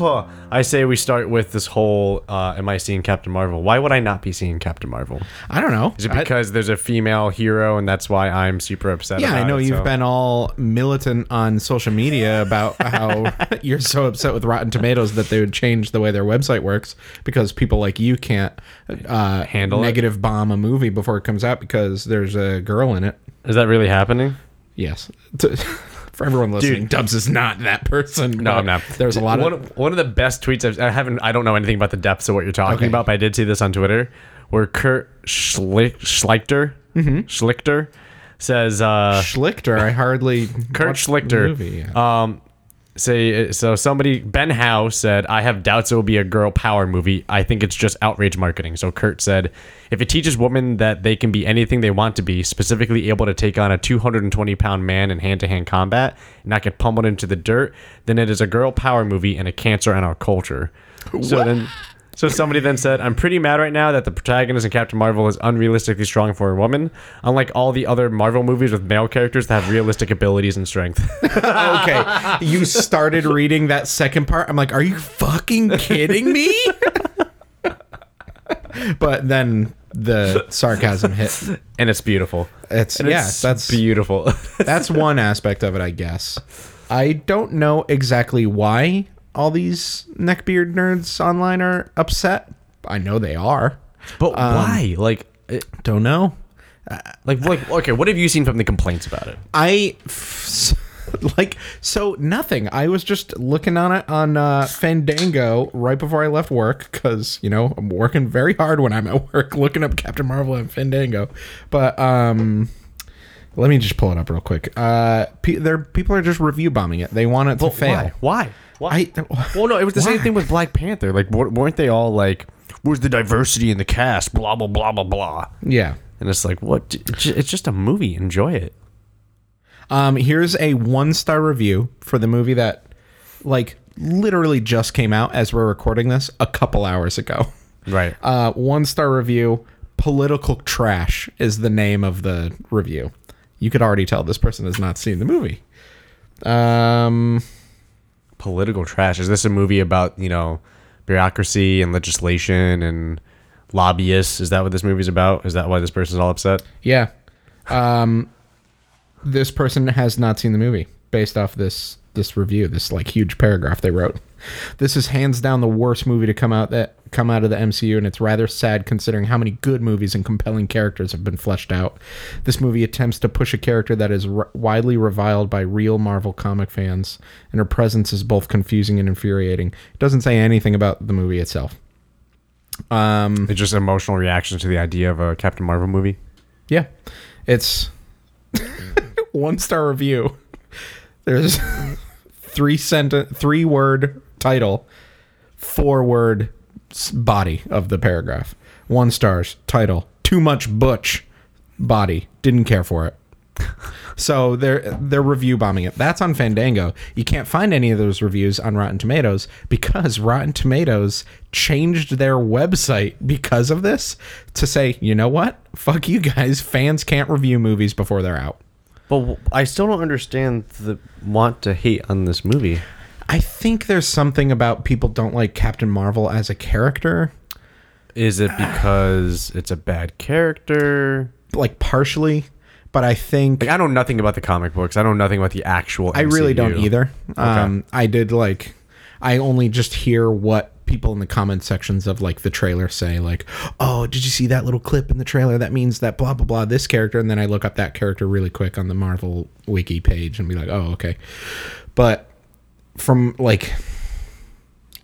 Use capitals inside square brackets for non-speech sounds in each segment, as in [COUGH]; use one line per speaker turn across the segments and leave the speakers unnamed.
Oh, I say we start with this whole uh, am I seeing Captain Marvel? Why would I not be seeing Captain Marvel?
I don't know.
Is it because there's a female hero and that's why I'm super upset?
yeah, I
about
know
it,
you've
so-
been all militant on social media about
[LAUGHS]
how [LAUGHS] you're so upset with Rotten Tomatoes that they would change the way their website works because people like you can't uh,
Handle it.
negative bomb a movie before it comes out because there's a girl in it.
Is that really happening?
Yes. [LAUGHS] To- for everyone listening, Dubs is not that person.
No,
but
I'm not.
There's a lot
one,
of.
one of the best tweets I've, I haven't. I don't know anything about the depths of what you're talking
Okay.
about, but I did see this on Twitter where Kurt Schli- Schlichter
Mm-hmm.
Schlichter says uh,
Schlichter, I hardly.
Kurt
watched the
Schlichter.
movie.
Um, say uh, so. Somebody Ben Howe said, "I have doubts it will be a girl power movie. I think it's just outrage marketing." So Kurt said, "If it teaches women that they can be anything they want to be, specifically able to take on a 220 pound man in hand to hand combat and not get pummeled into the dirt, then it is a girl power movie and a cancer on our culture." So then. So somebody then said, "I'm pretty mad right now that the protagonist in Captain Marvel is unrealistically strong for a woman, unlike all the other Marvel movies with male characters that have realistic abilities and strength." [LAUGHS]
okay. You started reading that second part. I'm like, are you fucking kidding me? [LAUGHS] but then the sarcasm hit.
and it's beautiful.
It's
And
yeah,
it's
that's
beautiful.
that's one aspect of it, I guess. I don't know exactly why all these neckbeard nerds online are upset. I know they are.
but why? Like, it-
Don't know.
like, like, okay. What have you seen from the complaints about it?
I f- [LAUGHS] like so nothing. I was just looking on it on uh, Fandango right before I left work because you know I'm working very hard when I'm at work [LAUGHS] looking up Captain Marvel and Fandango. But um, let me just pull it up real quick. Uh, pe- there people are just review bombing it. They want it to fail.
Why? Why?
I-
well, no. It was the same
Why?
thing with Black Panther. Like, wa- weren't they all like, "Where's the diversity in the cast?" Blah blah blah blah blah.
Yeah.
And it's like, what? It's ju- it's just a movie. Enjoy it.
Um, here's a one star review for the movie that, like, literally just came out as we're recording this a couple hours ago. [LAUGHS]
Right.
Uh, one star review. Political trash is the name of the review. You could already tell this person has not seen the movie. Um,
Political trash. Is this a movie about you know bureaucracy and legislation and lobbyists? Is that what this movie's about? Is that why this person's all upset?
yeah. Um, this person has not seen the movie based off this this review, this like huge paragraph they wrote. This is hands down the worst movie to come out that come out of the MCU and it's rather sad considering how many good movies and compelling characters have been fleshed out. This movie attempts to push a character that is r- widely reviled by real Marvel comic fans and her presence is both confusing and infuriating. It doesn't say anything about the movie itself. Mm.
It's just emotional reactions to the idea of a Captain Marvel movie.
Yeah. It's [LAUGHS] one star review. There's [LAUGHS] three sentence, three word title, four word s- body of the paragraph. One stars title. Too much butch body. Didn't care for it. So they're they're review bombing it. That's on Fandango. You can't find any of those reviews on Rotten Tomatoes because Rotten Tomatoes changed their website because of this to say, you know what? Fuck you guys. Fans can't review movies before they're out.
But w- I still don't understand the want to hate on this movie.
I think there's something about people don't like Captain Marvel as a character,
Is it because it's a bad character?
like partially, but I think
Like I know nothing about the comic books. I know nothing about the actual.
I really don't
MCU.
either. Um, I did like, I only just hear what people in the comment sections of like the trailer say, like, oh, did you see that little clip in the trailer? That means that blah, blah, blah, this character. And then I look up that character really quick on the Marvel wiki page and be like, oh, okay. But from like,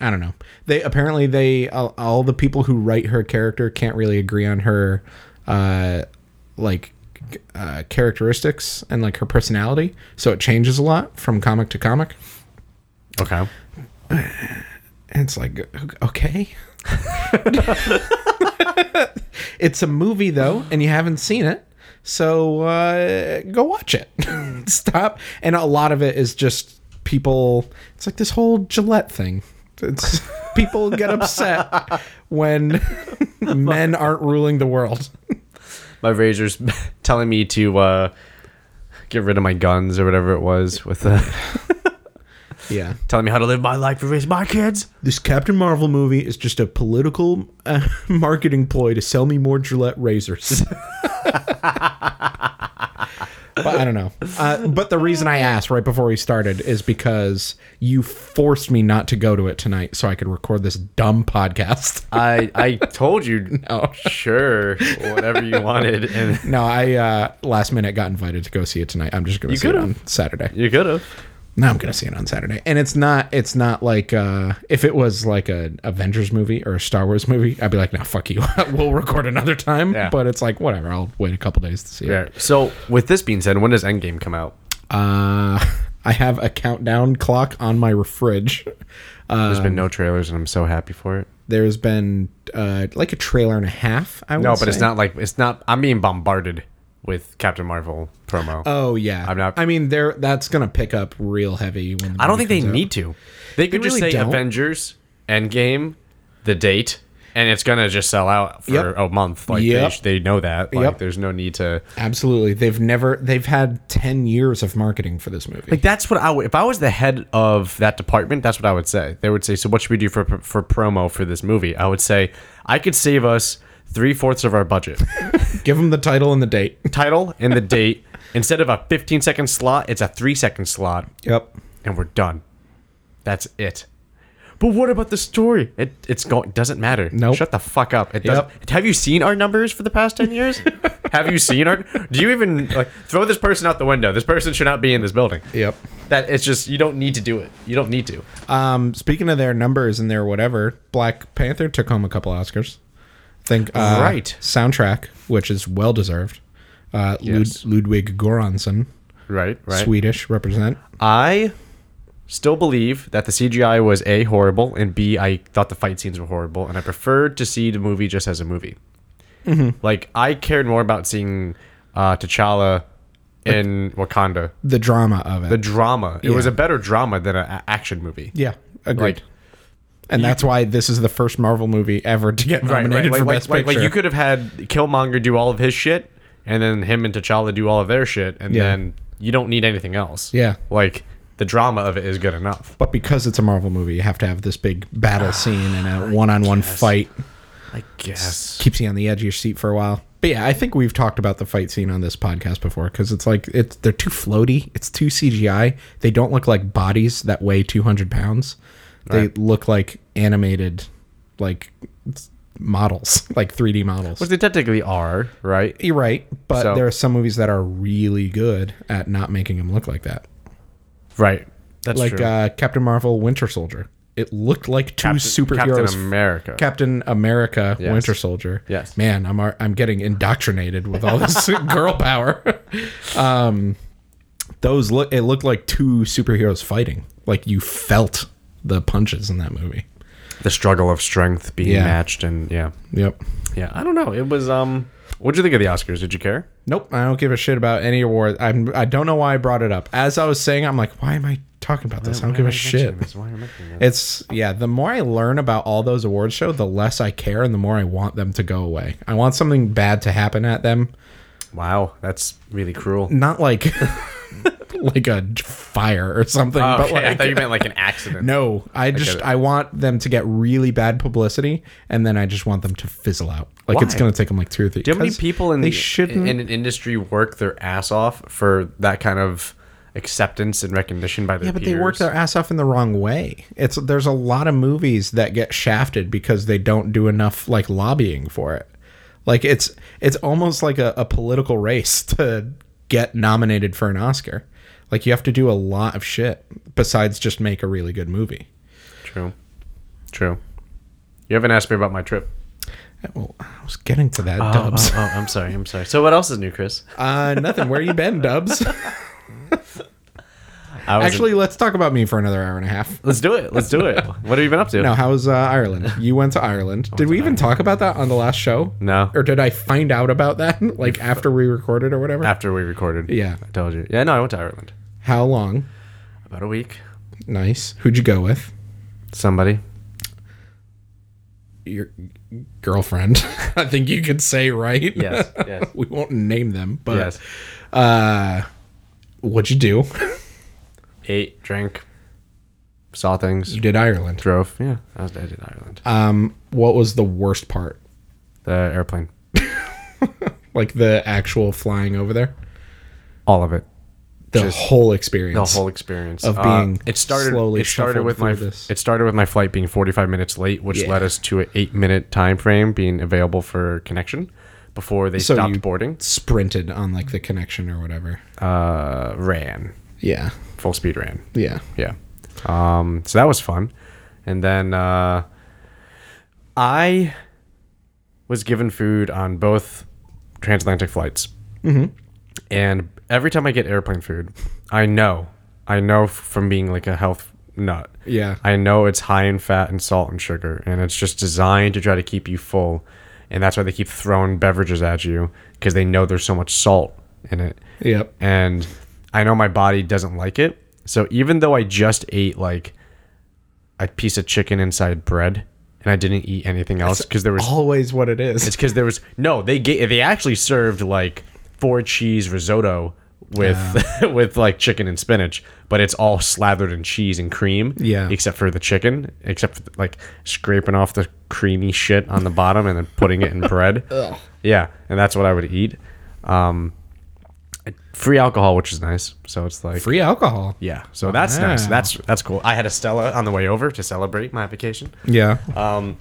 I don't know. They apparently they all, all the people who write her character can't really agree on her uh like uh, characteristics and like her personality, so it changes a lot from comic to comic.
Okay.
And it's like okay. [LAUGHS] it's a movie though, and you haven't seen it. So uh, go watch it. [LAUGHS] Stop. And a lot of it is just people. It's like this whole Gillette thing. It's people get upset when [LAUGHS] men aren't ruling the world.
My razor's [LAUGHS] telling me to uh, get rid of my guns or whatever it was with the.
Yeah.
[LAUGHS] telling me how to live my life and raise my kids.
This Captain Marvel movie is just a political uh, [LAUGHS] marketing ploy to sell me more Gillette razors. [LAUGHS] but I don't know. Uh, but the reason I asked right before we started is because you forced me not to go to it tonight so I could record this dumb podcast. [LAUGHS]
I I told you, sure, whatever you
[LAUGHS]
wanted, and
No, I uh, last minute got invited to go see it tonight. I'm just going to see it
could've.
on Saturday.
you could have.
No, I'm gonna see it on Saturday. And it's not it's not like uh if it was like an Avengers movie or a Star Wars movie, I'd be like, no, fuck you. [LAUGHS] we'll record another time.
Yeah.
But it's like whatever, I'll wait a couple days to see
Yeah.
it.
So with this being said, when does Endgame come out?
Uh [LAUGHS] I have a countdown clock on my fridge. Uh
There's been no trailers, and I'm so happy for it.
there's been uh like a trailer and a half, I would
No, but it's
say.
not like it's not. I'm being bombarded with Captain Marvel promo.
Oh yeah.
I'm not-
I mean there that's gonna pick up real heavy when the
I don't
movie
think they
comes out.
need to. They could just
really
say
don't.
Avengers Endgame, the date, and it's gonna just sell out for
Yep.
a month. Like
Yep.
they, they know that. Like
Yep.
there's no need to.
Absolutely. They've never they've had ten years of marketing for this movie.
Like that's what I would. If I was the head of that department, that's what I would say. They would say, "So what should we do for for promo for this movie?" I would say, "I could save us three fourths of our [LAUGHS] budget."
Give them the title and the date.
Title and the date. Instead of a 15 second slot, it's a three second slot.
Yep.
and we're done. That's it. But what about the story? It it's going doesn't matter. No,
Nope.
Shut the fuck up. It
Yep.
doesn't. Have you seen our numbers for the past 10 years? have you seen our Do you even like throw this person out the window? This person should not be in this building.
Yep.
That it's just you don't need to do it. You don't need to.
Um, speaking of their numbers and their whatever, Black Panther took home a couple Oscars. Think uh,
Right.
soundtrack, which is well deserved. Uh, Lud-
Yes.
Ludwig Göransson,
Right, right.
Swedish represent.
I still believe that the CGI was A horrible and B I thought the fight scenes were horrible and I preferred to see the movie just as a movie.
Mm-hmm.
Like I cared more about seeing uh, T'Challa in Wakanda.
The drama of it.
The drama. It was a better drama than an a- action movie.
yeah, agreed.
Like-
and that's why this is the first Marvel movie ever to get nominated
Like,
for
like,
Best
like, like
Picture.
you could have had Killmonger do all of his shit and then him and T'Challa do all of their shit and
Yeah.
then you don't need anything else.
Yeah.
Like the drama of it is good enough.
but because it's a Marvel movie, you have to have this big
Ah,
battle scene and a one-on-one fight.
I guess.
keeps you on the edge of your seat for a while. But yeah, I think we've talked about the fight scene on this podcast before because it's like it's they're too floaty. It's too CGI. They don't look like bodies that weigh two hundred pounds. They look like animated, like s- models, [LAUGHS] like three D models.
Which they technically are, right?
You're right, but
So-
there are some movies that are really good at not making them look like that.
Right. That's
Like
true.
uh, Captain Marvel, Winter Soldier. It looked like two superheroes.
Captain America.
Captain America Winter Soldier.
Yes.
Man, I'm ar- I'm getting indoctrinated with
[LAUGHS]
all this girl power. [LAUGHS] um those look it looked like two superheroes fighting. Like you felt the punches in that movie.
the struggle of strength being
Yeah.
matched and yeah.
Yep.
Yeah. I don't know. It was um what'd you think of the Oscars? Did you care?
Nope, I don't give a shit about any award. I'm I don't know why I brought it up. As I was saying, I'm like, why am I talking about this? I don't give a shit. It's yeah, the more I learn about all those awards show, the less I care and the more I want them to go away. I want something bad to happen at them
Wow, that's really cruel.
not like [LAUGHS] like a j- fire or something but
Oh, Okay, I
like
thought you meant like an accident.
no i just
it.
I, want them to get really bad publicity and then i just want them to fizzle out like it's
Why?
gonna take them like two or three
Do you know how many
'cause
people in
they
the-
shouldn't
in an industry work their ass off for that kind of acceptance and recognition by their
yeah but they work
peers?
their ass off in the wrong way it's there's a lot of movies that get shafted because they don't do enough like lobbying for it like it's it's almost like a, a political race [LAUGHS] to get nominated for an oscar like you have to do a lot of shit besides just make a really good movie
True. True. You haven't asked me about my trip.
Well, I was getting to that, Dubs.
oh, I'm sorry. I'm sorry. So what else is new, Chris?
[LAUGHS] Uh, nothing. Where you been, [LAUGHS] Dubs?
I was in-
Actually, let's talk about me for another hour and a half.
Let's do it. Let's do it. What have you been up to?
No, how's uh, [LAUGHS] Ireland? You went to Ireland. Did we even talk about that on the last show?
No.
Or did I find out about that [LAUGHS] like uh, after we recorded or whatever?
After we recorded.
Yeah.
I told you. Yeah, no, I went to Ireland.
How long?
About a week.
Nice. Who'd you go with?
Somebody.
Your girlfriend. [LAUGHS] I think you could say right.
[LAUGHS] Yes, yes.
[LAUGHS] we won't name them, but
Yes.
uh, what'd you do? [LAUGHS]
Ate, drank, saw things,
You did Ireland.
drove. Yeah, I, was, I did Ireland.
Um, what was the worst part?
The airplane,
Like the actual flying over there?
all of it,
The
Just
whole
the
experience.
whole experience
Of
Uh,
being
it started.
slowly
it started
shuffled
with my.
through this.
It started with my flight being 45 minutes late, which
Yeah.
led us to an eight-minute time frame being available for connection before they
So
stopped
you-
boarding.
sprinted on like the connection or whatever.
Uh, ran
Yeah.
full speed ran.
Yeah.
Yeah. Um, so that was fun. And then uh, I was given food on both transatlantic flights. And every time I get airplane food, I know, I know from being like a health nut.
Yeah.
I know it's high in fat and salt and sugar, and it's just designed to try to keep you full. And that's why they keep throwing beverages at you because they know there's so much salt in it
Yep.
and I know my body doesn't like it. So even though I just ate like a piece of chicken inside bread and I didn't eat anything else because there was
Always what it is.
it's because there was no they ga- they actually served like four cheese risotto with [LAUGHS] with like chicken and spinach, but it's all slathered in cheese and cream.
Yeah.
except for the chicken, except for like scraping off the creamy shit on the bottom and then putting
[LAUGHS]
it in bread. Yeah, and that's what I would eat. Um, free alcohol, which is nice. So it's like.
Free Oh, alcohol.
yeah, so that's nice.
Wow.
That's that's cool. I had a Stella on the way over to celebrate my vacation.
Yeah. Uh,
Um,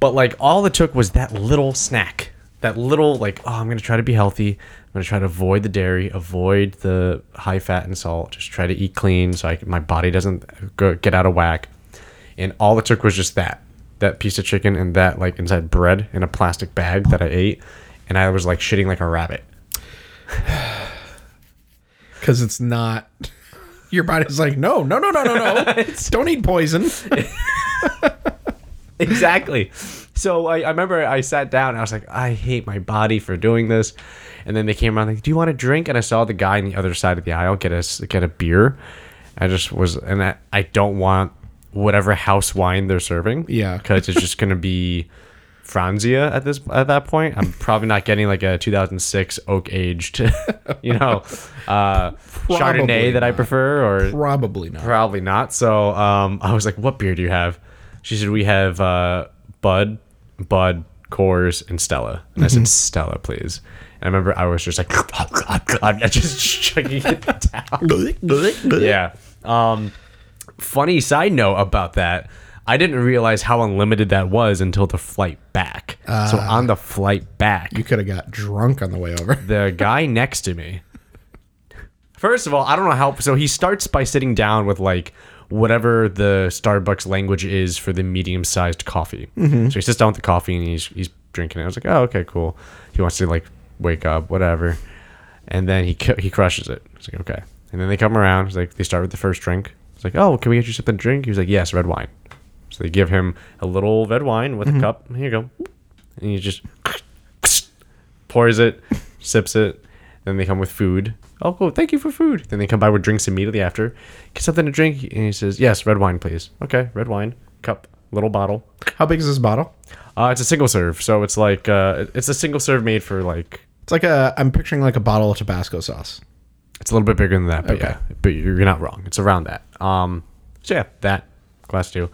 but like all it took was that little snack, that little like, oh, I'm gonna try to be healthy. I'm gonna try to avoid the dairy, avoid the high fat and salt. Just try to eat clean so I can, my body doesn't go, get out of whack. And all it took was just that, that piece of chicken and that like inside bread in a plastic bag that I ate, and I was like shitting like a rabbit.
Because it's not. [LAUGHS] Your body's like, no, no, no, no, no, [LAUGHS] no. Don't eat poison.
[LAUGHS] exactly. So I, I remember I sat down. And I was like, I hate my body for doing this. And then they came around like, Do you want a drink? And I saw the guy on the other side of the aisle get us get a beer. I just was, and I, I don't want whatever house wine they're serving.
Yeah.
because it's just gonna be Franzia at this at that point. I'm probably not getting like a 2006 oak aged, [LAUGHS] you know, uh,
[LAUGHS] Probably
Chardonnay that I
not.
prefer or
Probably not.
Probably not. So um, [LAUGHS] I was like, "What beer do you have?" She said, "We have uh, Bud, Bud, Coors, and Stella." And I said, "Stella, please." And I remember I was just like, [LAUGHS] "Oh, I'm just [LAUGHS] chugging it down. Yeah. Um, funny side note about that. I didn't realize how unlimited that was until the flight back. so on the flight back,
You could have got drunk on the way over.
the guy next to me. First of all, I don't know how. So he starts by sitting down with like whatever the Starbucks language is for the medium sized coffee. So he sits down with the coffee and he's he's drinking it. I was like, oh okay, cool. He wants to like wake up, whatever. And then he cu- he crushes it. It's like okay. And then they come around. It's like they start with the first drink. It's like, oh, can we get you something to drink? He was like, yes, red wine. So they give him a little red wine with a cup. Here you go. And he just pours it, sips it. Then they come with food. Oh, cool. Thank you for food. Then they come by with drinks immediately after. Get something to drink. And he says, yes, red wine, please. Okay, red wine. Cup. Little bottle.
How big is this bottle?
Uh, it's a single serve. So it's like, uh, it's a single serve made for like,
It's like a. I'm picturing like a bottle of Tabasco sauce.
it's a little bit bigger than that. But
Okay.
yeah, but you're you're not wrong. It's around that. Um, so yeah, that. Class two.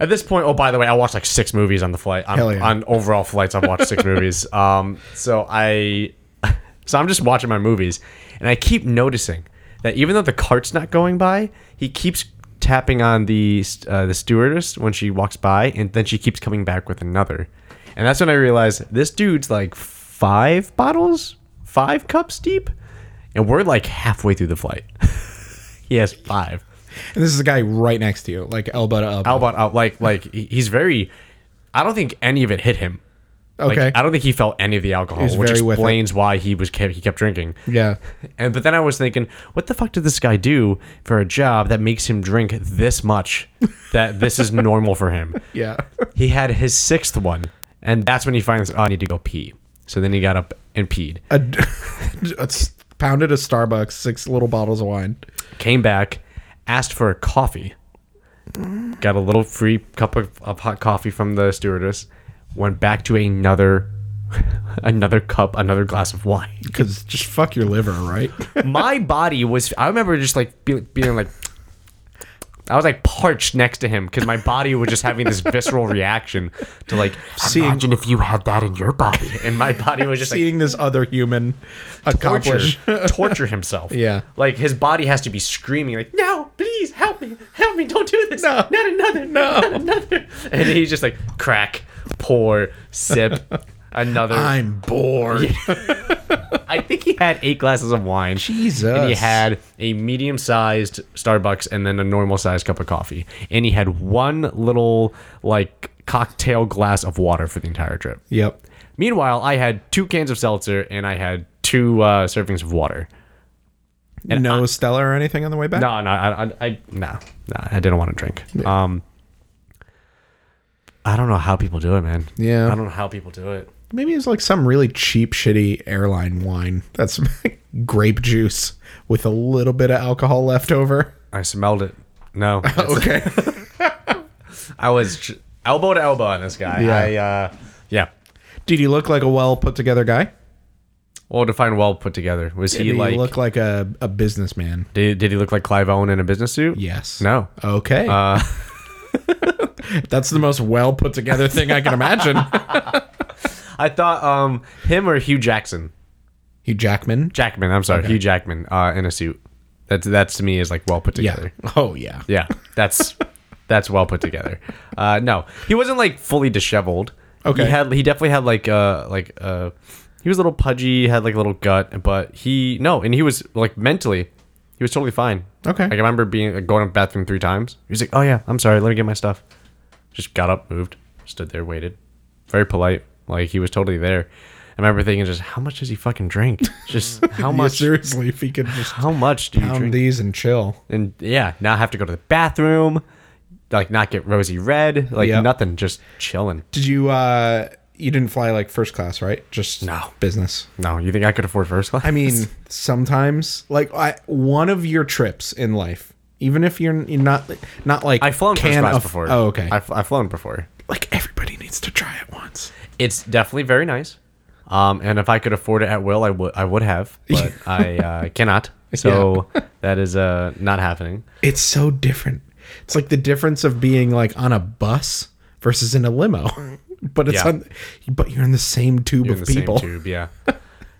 At this point, oh by the way, I watched like six movies on the flight. On,
Hell yeah.
on overall flights, I've watched
[LAUGHS]
six movies. Um, so I, [LAUGHS] so I'm just watching my movies, and I keep noticing that even though the cart's not going by, he keeps tapping on the uh, the stewardess when she walks by, and then she keeps coming back with another, and that's when I realized this dude's like five bottles, five cups deep, and we're like halfway through the flight. [LAUGHS] he has five.
And this is a guy right next to you, like elbow to elbow.
How about uh, like like he- he's very? I don't think any of it hit him. Like,
Okay.
I don't think he felt any of the alcohol,
He's
which
very with it.
explains why he was kept, he kept drinking.
yeah.
And but then I was thinking, what the fuck did this guy do for a job that makes him drink this
[LAUGHS]
much? That this is normal for him.
Yeah.
He had his sixth one, and that's when he finally said, "Oh, I need to go pee." So then he got up and peed.
A, [LAUGHS] a s- pounded a Starbucks, six little bottles of wine.
came back, asked for a coffee, got a little free cup of, of hot coffee from the stewardess, went back to another [LAUGHS] another cup, another glass of wine. [LAUGHS]
Because just fuck your liver, right?
My body was I remember just like be, being like I was like parched next to him because my body was just having this visceral reaction to like
seeing
Imagine if you had that in your body.
[LAUGHS] and my body was just like
seeing this other human
torture,
accomplish. [LAUGHS]
torture himself.
Yeah.
Like his body has to be screaming like, "No, please help me. Help me. Don't do this.
No.
Not another.
No.
Not another." And he's just like crack, pour,
[LAUGHS]
sip, another.
I'm bored.
I think he had 8 glasses of wine.
Jesus.
And he had a medium-sized Starbucks and then a normal-sized cup of coffee. And he had one little like cocktail glass of water for the entire trip.
Yep.
Meanwhile, I had two cans of seltzer and I had two uh, servings of water.
no Stella or anything on the way back.
No, no, I, I, I no, no, I didn't want to drink. Um, I don't know how people do it, man.
Yeah.
I don't know how people do it.
Maybe it's like some really cheap, shitty airline wine. That's [LAUGHS] grape juice with a little bit of alcohol left over.
I smelled it. No,
[LAUGHS] Okay.
I was j- elbow to elbow on this guy.
Yeah.
I, uh, yeah.
Did he look like a well put together guy?
Well, defined, well put together. Was
Did
he
he
like?
look like a, a businessman?
did, did he look like Clive Owen in a business suit?
Yes.
No.
Okay. Uh,
[LAUGHS]
That's the most well put together thing I can imagine.
I thought um him or Hugh Jackson.
Hugh Jackman.
Jackman. I'm sorry, Hugh Jackman uh, in a suit. That's that's to me is like well put
Yeah.
together.
Oh yeah.
Yeah, that's that's well put together. Uh, no, he wasn't like fully disheveled.
Okay.
he had he definitely had like uh like uh he was a little pudgy, had like a little gut, but he no, and he was like mentally, he was totally fine.
Okay.
like I remember being like, going to the bathroom three times. He was like, "Oh yeah, I'm sorry, let me get my stuff." Just got up, moved, stood there, waited. Very polite, like he was totally there. I remember thinking, just how much does he fucking
[LAUGHS]
drink? Just how
Yeah,
much?
seriously, if he
[LAUGHS]
could just
How much do you drink?
pound these and chill.
and yeah, not have to go to the bathroom, like not get rosy red, like
Yep.
nothing, just chilling.
Did you? uh You didn't fly like first class, right? Just
No.
business.
No, you think I could afford first class?
I mean, sometimes like I one of your trips in life, even if you're, you're not not
[LAUGHS]
like
I've flown first
can
class
aff-
before.
Oh, okay.
I've, I've flown before.
like everybody needs to try it once.
It's definitely very nice. Um, and if I could afford it at will, I would I would
[LAUGHS]
have, but I uh, cannot. So that is uh, not happening.
It's so different. It's like the difference of being like on a bus versus in a limo. [LAUGHS] But it's
Yeah.
on, but you're in the same tube
You're in
of
the
people.
same tube,
[LAUGHS]
yeah.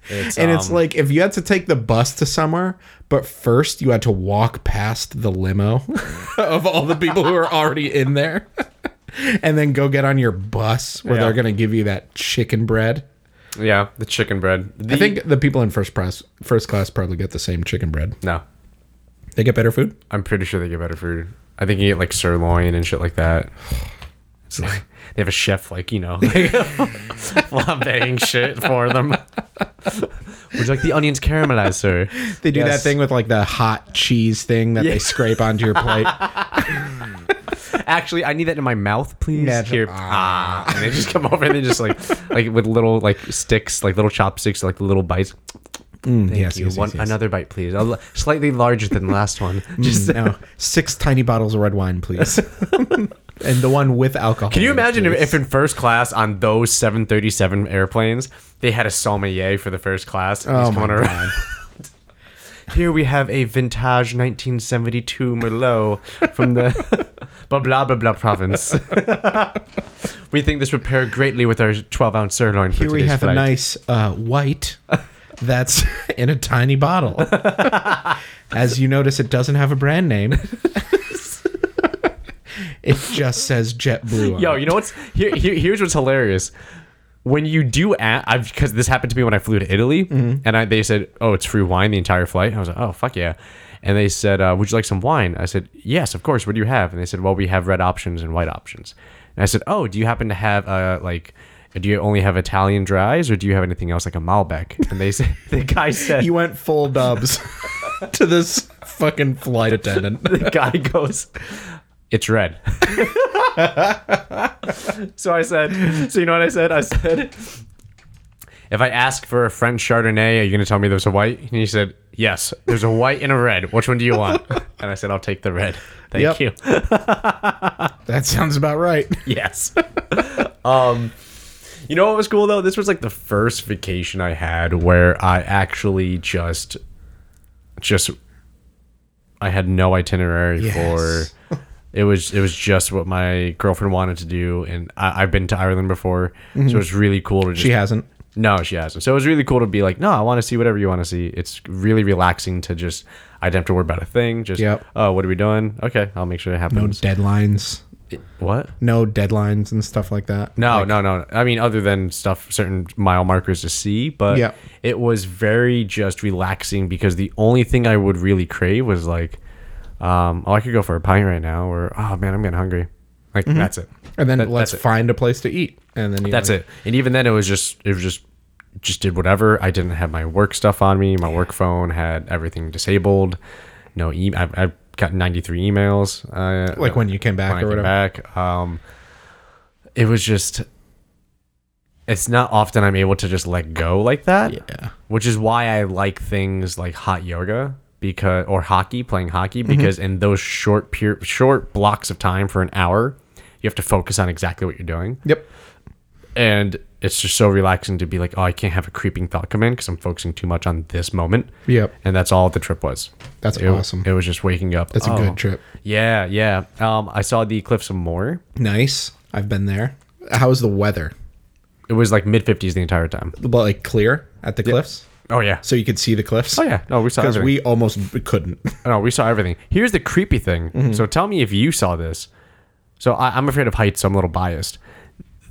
It's,
And it's
um,
like if you had to take the bus to somewhere, but first you had to walk past the limo [LAUGHS] of all the people who are already in there, [LAUGHS] and then go get on your bus where
Yeah.
they're going to give you that chicken bread.
yeah, the chicken bread. The,
I think the people in first class, first class probably get the same chicken bread.
no,
They get better food.
I'm pretty sure they get better food. I think you get like sirloin and shit like that. It's like [LAUGHS] they have a chef like you know [LAUGHS] like, flambeing shit for them. [LAUGHS] Would you like the onions caramelized, sir?
They do
Yes.
that thing with like the hot cheese thing that
Yeah.
they scrape onto your [LAUGHS] plate.
Actually, I need that in my mouth, please.
Yeah,
Here, ah, and they just come over and they just like like with little like sticks, like little chopsticks, like little bites.
Thank Mm, yes,
you
yes,
want
yes, yes.
another bite, please? A l- slightly larger than the last
[LAUGHS]
one. Mm. Just
No, six tiny bottles of red
[LAUGHS]
wine, please, and the one with alcohol.
Can you imagine if, if in first class on those 737 airplanes they had a sommelier for the first class? and
Oh
he's
my
going around. Here we have a vintage 1972 Merlot from the [LAUGHS] blah blah blah blah province. [LAUGHS] we think this would pair greatly with our 12 ounce sirloin. For
Here we
today's
have a
flight.
nice
[LAUGHS]
uh, white that's [LAUGHS] in a tiny bottle. As you notice, it doesn't have a
[LAUGHS]
brand name. it just says JetBlue. on
Yo,
it.
you know what's here, here? Here's what's hilarious. When you do, a- I've because this happened to me when I flew to Italy, and I, they said, "Oh, it's free wine the entire flight." I was like, "Oh, fuck yeah!" And they said, uh, "Would you like some wine?" I said, "Yes, of course." What do you have? And they said, "Well, we have red options and white options." And I said, "Oh, do you happen to have uh, like?" Do you only have Italian dries, or do you have anything else like a Malbec? And they said [LAUGHS] the guy said
you went
[LAUGHS]
full dubs to this fucking flight attendant.
the guy goes, "It's red." [LAUGHS] so I said, "So you know what I said? I said, if I ask for a French Chardonnay, are you going to tell me there's a white?" And he said, "Yes, there's a white and a red. Which one do you want?" [LAUGHS] And I said, "I'll take the red. Thank
Yep.
you."
That sounds about right.
[LAUGHS] yes. um, you know what was cool though? This was like the first vacation I had where I actually just, just, I had no itinerary
Yes.
for. It was it was just what my girlfriend wanted to do, and I, I've been to Ireland before, so it's really cool to just
Mm-hmm. She hasn't.
no, she hasn't. So it was really cool to be like, no, I want to see whatever you want to see. It's really relaxing to just I don't have to worry about a thing. Just
Yep.
oh, what are we doing? Okay, I'll make sure it
No
happens.
deadlines.
What?
No deadlines and stuff like that.
No, no, no. I mean, other than stuff, certain mile markers to see, but
Yeah.
it was very just relaxing because the only thing I would really crave was like, um, oh, I could go for a pint right now, or oh man, I'm getting hungry. Like
Mm-hmm.
that's it.
And then
That-
let's
that's it.
find a place to eat. And then you
That's it. And even then, it was just it was just just did whatever. I didn't have my work stuff on me. My work phone had everything disabled. No, e- I've, I've got 93 emails. Uh,
Like when you came back
when I
or
came
whatever.
back. Um, it was just. It's not often I'm able to just let go like that.
Yeah.
Which is why I like things like hot yoga because or hockey, playing hockey
Mm-hmm.
because in those short pure, short blocks of time for an hour, you have to focus on exactly what you're doing
Yep.
and it's just so relaxing to be like, oh, I can't have a creeping thought come in because I'm focusing too much on this moment.
Yep.
And that's all the trip was.
That's
It-
awesome.
It was just waking up.
That's a
Oh.
good trip.
Yeah, yeah. Um, I saw the Cliffs of Moher.
Nice. I've been there. How's the weather?
It was like mid fifties the entire time.
But like clear at the cliffs,
Oh yeah.
so you could see the cliffs.
Oh yeah. No, we saw
because
everything.
we almost couldn't. [LAUGHS]
no, we saw everything. Here's the creepy thing. So tell me if you saw this. So I, I'm afraid of heights, so I'm a little biased.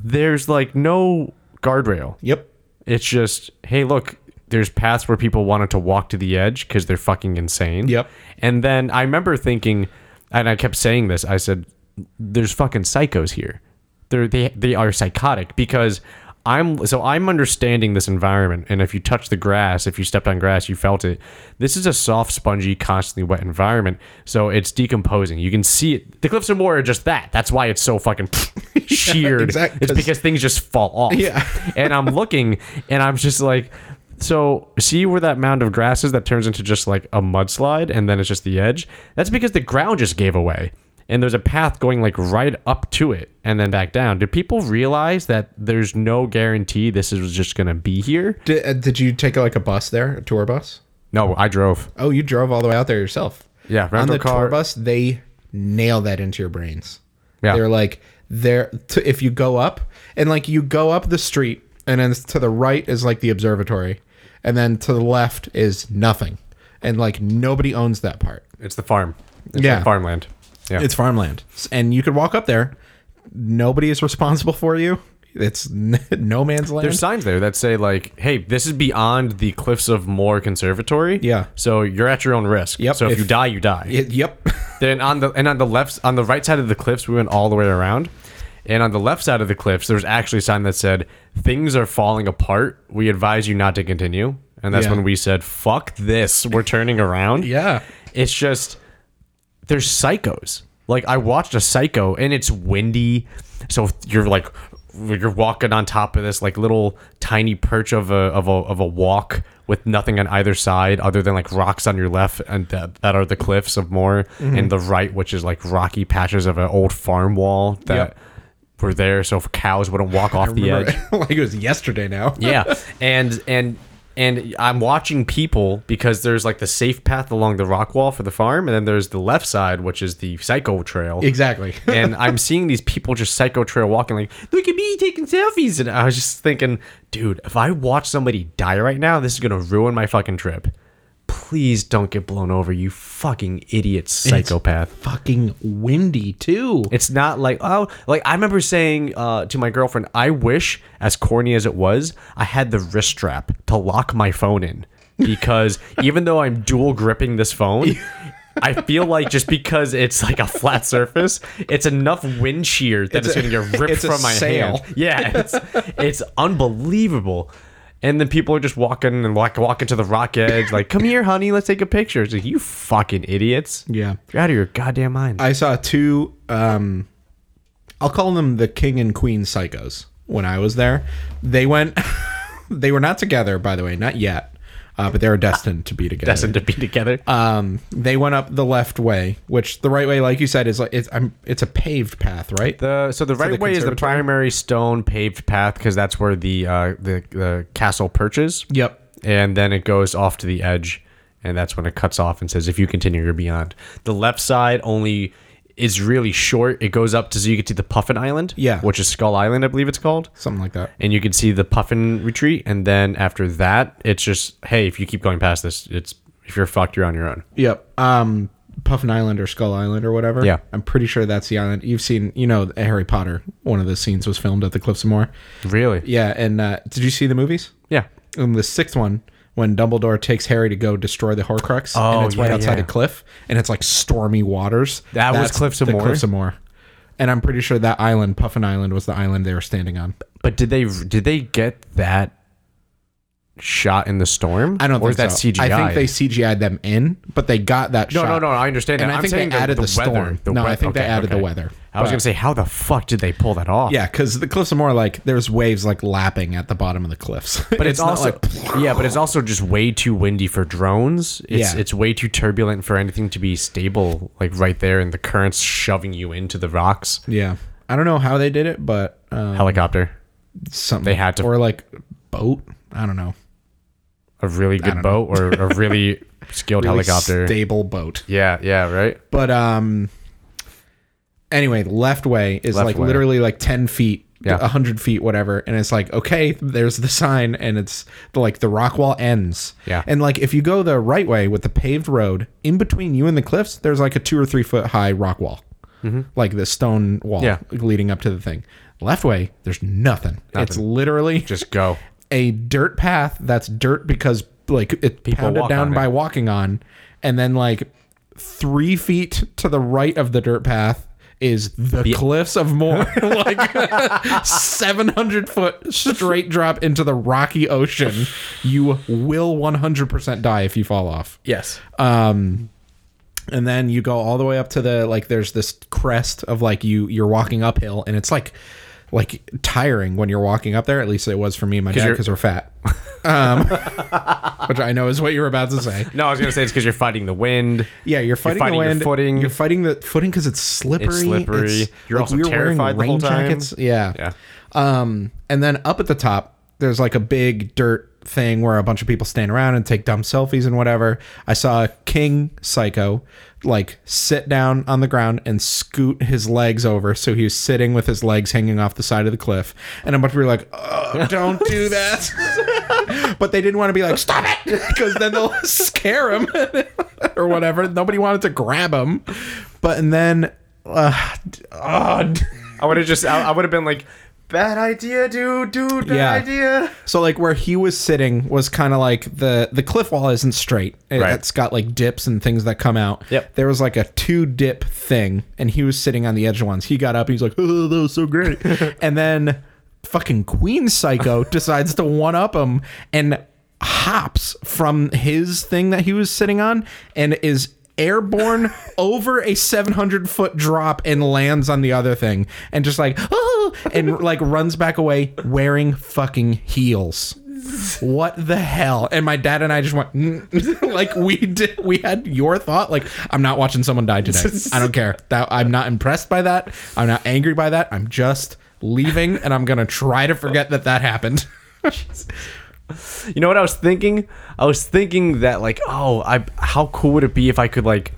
There's like no guardrail.
yep.
It's just, hey, look, there's paths where people wanted to walk to the edge because they're fucking insane.
Yep.
And then I remember thinking, and I kept saying this. I said, "There's fucking psychos here. They're they they are psychotic because." I'm so I'm understanding this environment, and if you touch the grass, if you stepped on grass, you felt it. This is a soft, spongy, constantly wet environment, so it's decomposing. You can see it. The cliffs of Moher are just that. That's why it's so fucking [LAUGHS] sheared.
exact-
It's
'cause-
because things just fall off.
Yeah.
[LAUGHS] and I'm looking and I'm just like, so see where that mound of grass is that turns into just like a mudslide and then it's just the edge? That's because the ground just gave away. And there's a path going like right up to it and then back down. Do people realize that there's no guarantee this is just gonna be here?
Did, uh, did you take like a bus there, a tour bus?
No, I drove.
Oh, you drove all the way out there yourself.
Yeah,
On
rental
the
car.
tour bus, they nail that into your brains.
Yeah.
They're like there to, if you go up and like you go up the street and then to the right is like the observatory and then to the left is nothing. And like nobody owns that part.
It's the farm. It's
Yeah.
like farmland. Yeah.
It's farmland. And you could walk up there. Nobody is responsible for you. It's n- [LAUGHS] no man's land.
There's signs there that say like, "Hey, this is beyond the cliffs of Moore Conservatory."
Yeah.
So you're at your own risk.
Yep,
So if,
if-
you die, you die.
It-
[LAUGHS]
yep.
then on the and on the left on the right side of the cliffs, we went all the way around. And on the left side of the cliffs, there was actually a sign that said, "Things are falling apart. We advise you not to continue." And that's
Yeah.
when we said, "Fuck this. We're turning around."
yeah.
It's just they're psychos. Like I watched a psycho and it's windy, so you're like you're walking on top of this like little tiny perch of a of a of a walk with nothing on either side other than like rocks on your left and that, that are the cliffs of more
Mm-hmm.
and the right which is like rocky patches of an old farm wall that
Yep.
were there so cows wouldn't
[LAUGHS]
walk off the edge
Remember- like it was yesterday now.
yeah and and and i'm watching people because there's like the safe path along the rock wall for the farm and then there's the left side which is the psycho trail
[LAUGHS] Exactly.
and i'm seeing these people just psycho trail walking like look at me taking selfies and i was just thinking dude if i watch somebody die right now this is gonna ruin my fucking trip please don't get blown over you fucking idiot psychopath
Fucking windy too.
it's not like oh, like I remember saying uh, to my girlfriend, I wish, as corny as it was, I had the wrist strap to lock my phone in
[LAUGHS]
because even though I'm dual gripping this phone. I feel like just because it's like a flat surface, it's enough wind shear that it's,
a-
going to
[LAUGHS]
get ripped
it's a
from my
sail.
hand. Yeah, it's it's unbelievable. And then people are just walking and walk walking to the rock edge, like, "Come here, honey, let's take a picture." It's like, you fucking idiots.
Yeah.
you're out of your goddamn mind.
I saw two. Um, I'll call them the king and queen psychos. When I was there, they went. [LAUGHS] they were not together, by the way, not yet. Uh, but they were destined to be together.
Destined to be together.
Um, they went up the left way, which the right way, like you said, is like it's I'm, it's a paved path, right?
The so the right
the
way is the
conservatory?
primary stone paved path because that's where the uh, the the castle perches.
yep.
And then it goes off to the edge, and that's when it cuts off and says, "If you continue, you're beyond." The left side only is really short. It goes up to so you can see the Puffin Island,
Yeah.
which is Skull Island, I believe it's called,
something like that.
and you can see the Puffin Retreat. And then after that, it's just hey, if you keep going past this, it's if you're fucked, you're on your own.
Yep. Um, Puffin Island or Skull Island or whatever.
Yeah.
I'm pretty sure that's the island. You've seen, you know, Harry Potter. One of the scenes was filmed at the Cliffs of Moher.
Really?
Yeah. And uh, did you see the movies?
Yeah.
In um, the sixth one, when Dumbledore takes Harry to go destroy the Horcrux,
Oh,
and it's right
yeah,
outside
yeah.
a cliff, and it's like stormy waters.
That was
That's
Cliffs of
the
Moher?
Cliffs of Moher. And I'm pretty sure that island, Puffin Island, was the island they were standing on.
But did they did they get that shot in the storm?
I don't
or is
think
that
so.
CGI?
I think they CGI'd them in, but they got that
No,
shot.
no, no. I understand that.
And I
I'm
think they
saying
added the
weather,
storm. No, I
weath-
think they added the weather.
I was
But-
gonna say, how the fuck did they pull that off?
Yeah, because the cliffs are more like there's waves like lapping at the bottom of the cliffs. [LAUGHS]
but it's,
not
also
like, [SNIFFS]
yeah, but it's also just way too windy for drones. It's
Yeah.
it's way too turbulent for anything to be stable, like right there, and the currents shoving you into the rocks.
yeah. I don't know how they did it, but uh,
Helicopter,
something
they had to-
or like boat. I don't know.
a really good boat, or a
[LAUGHS]
really skilled
Really
helicopter.
stable boat.
yeah, yeah, right.
But um, anyway, left way is
Left
like
way.
literally like ten feet.
Yeah.
a 100 feet whatever and it's like okay there's the sign and it's the, like the rock wall ends
Yeah.
and like if you go the right way with the paved road in between you and the cliffs there's like a two or three foot high rock wall like the stone wall
Mm-hmm. Yeah.
leading up to the thing left way there's nothing, it's literally
Just go.
a dirt path that's dirt because like it pounded
walk
down
on
by
it.
walking on, and then like three feet to the right of the dirt path is the cliffs of
[LAUGHS]
Moore, [LAUGHS] like seven hundred foot straight drop into the rocky ocean. You will one hundred percent die if you fall off
Yes.
and then you go all the way up to the like there's this crest of like you you're walking uphill and it's like like tiring when you're walking up there at least it was for me and my dad
you're-
because we're fat um, [LAUGHS] which i know is what you were about to say
No, I was gonna say it's because you're fighting the wind.
yeah you're fighting,
fighting
the
your
wind
footing.
you're fighting the footing because it's slippery
slippery. You're also
wearing
terrified the whole time.
rain yeah
Yeah.
um, and then up at the top, there's like a big dirt thing where a bunch of people stand around and take dumb selfies and whatever. I saw King Psycho like sit down on the ground and scoot his legs over. So he was sitting with his legs hanging off the side of the cliff. And a bunch of people were like, oh, don't do that. [LAUGHS] but they didn't want to be like, stop it. [LAUGHS] Because then they'll scare him [LAUGHS] or whatever. Nobody wanted to grab him. But and then, uh, d- oh, d-
I would have just. I, I would have been like, bad idea, dude, dude, bad
Yeah.
idea.
So like where he was sitting was kind of like the the cliff wall isn't straight. It,
Right.
has got like dips and things that come out.
Yep.
There was like a two dip thing, and he was sitting on the edge of ones. He got up. He's like, oh, that was so great. and then fucking Queen Psycho decides to one up him and hops from his thing that he was sitting on and is airborne over a 700 foot drop and lands on the other thing and just like [LAUGHS] "Oh," and like runs back away wearing fucking heels what the hell and my dad and i just went [LAUGHS] "Mm." like we did we had your thought like i'm not watching someone die today i don't care that i'm not impressed by that i'm not angry by that i'm just leaving and i'm gonna try to forget that that happened
You know what I was thinking? I was thinking that like, oh, I how cool would it be if I could like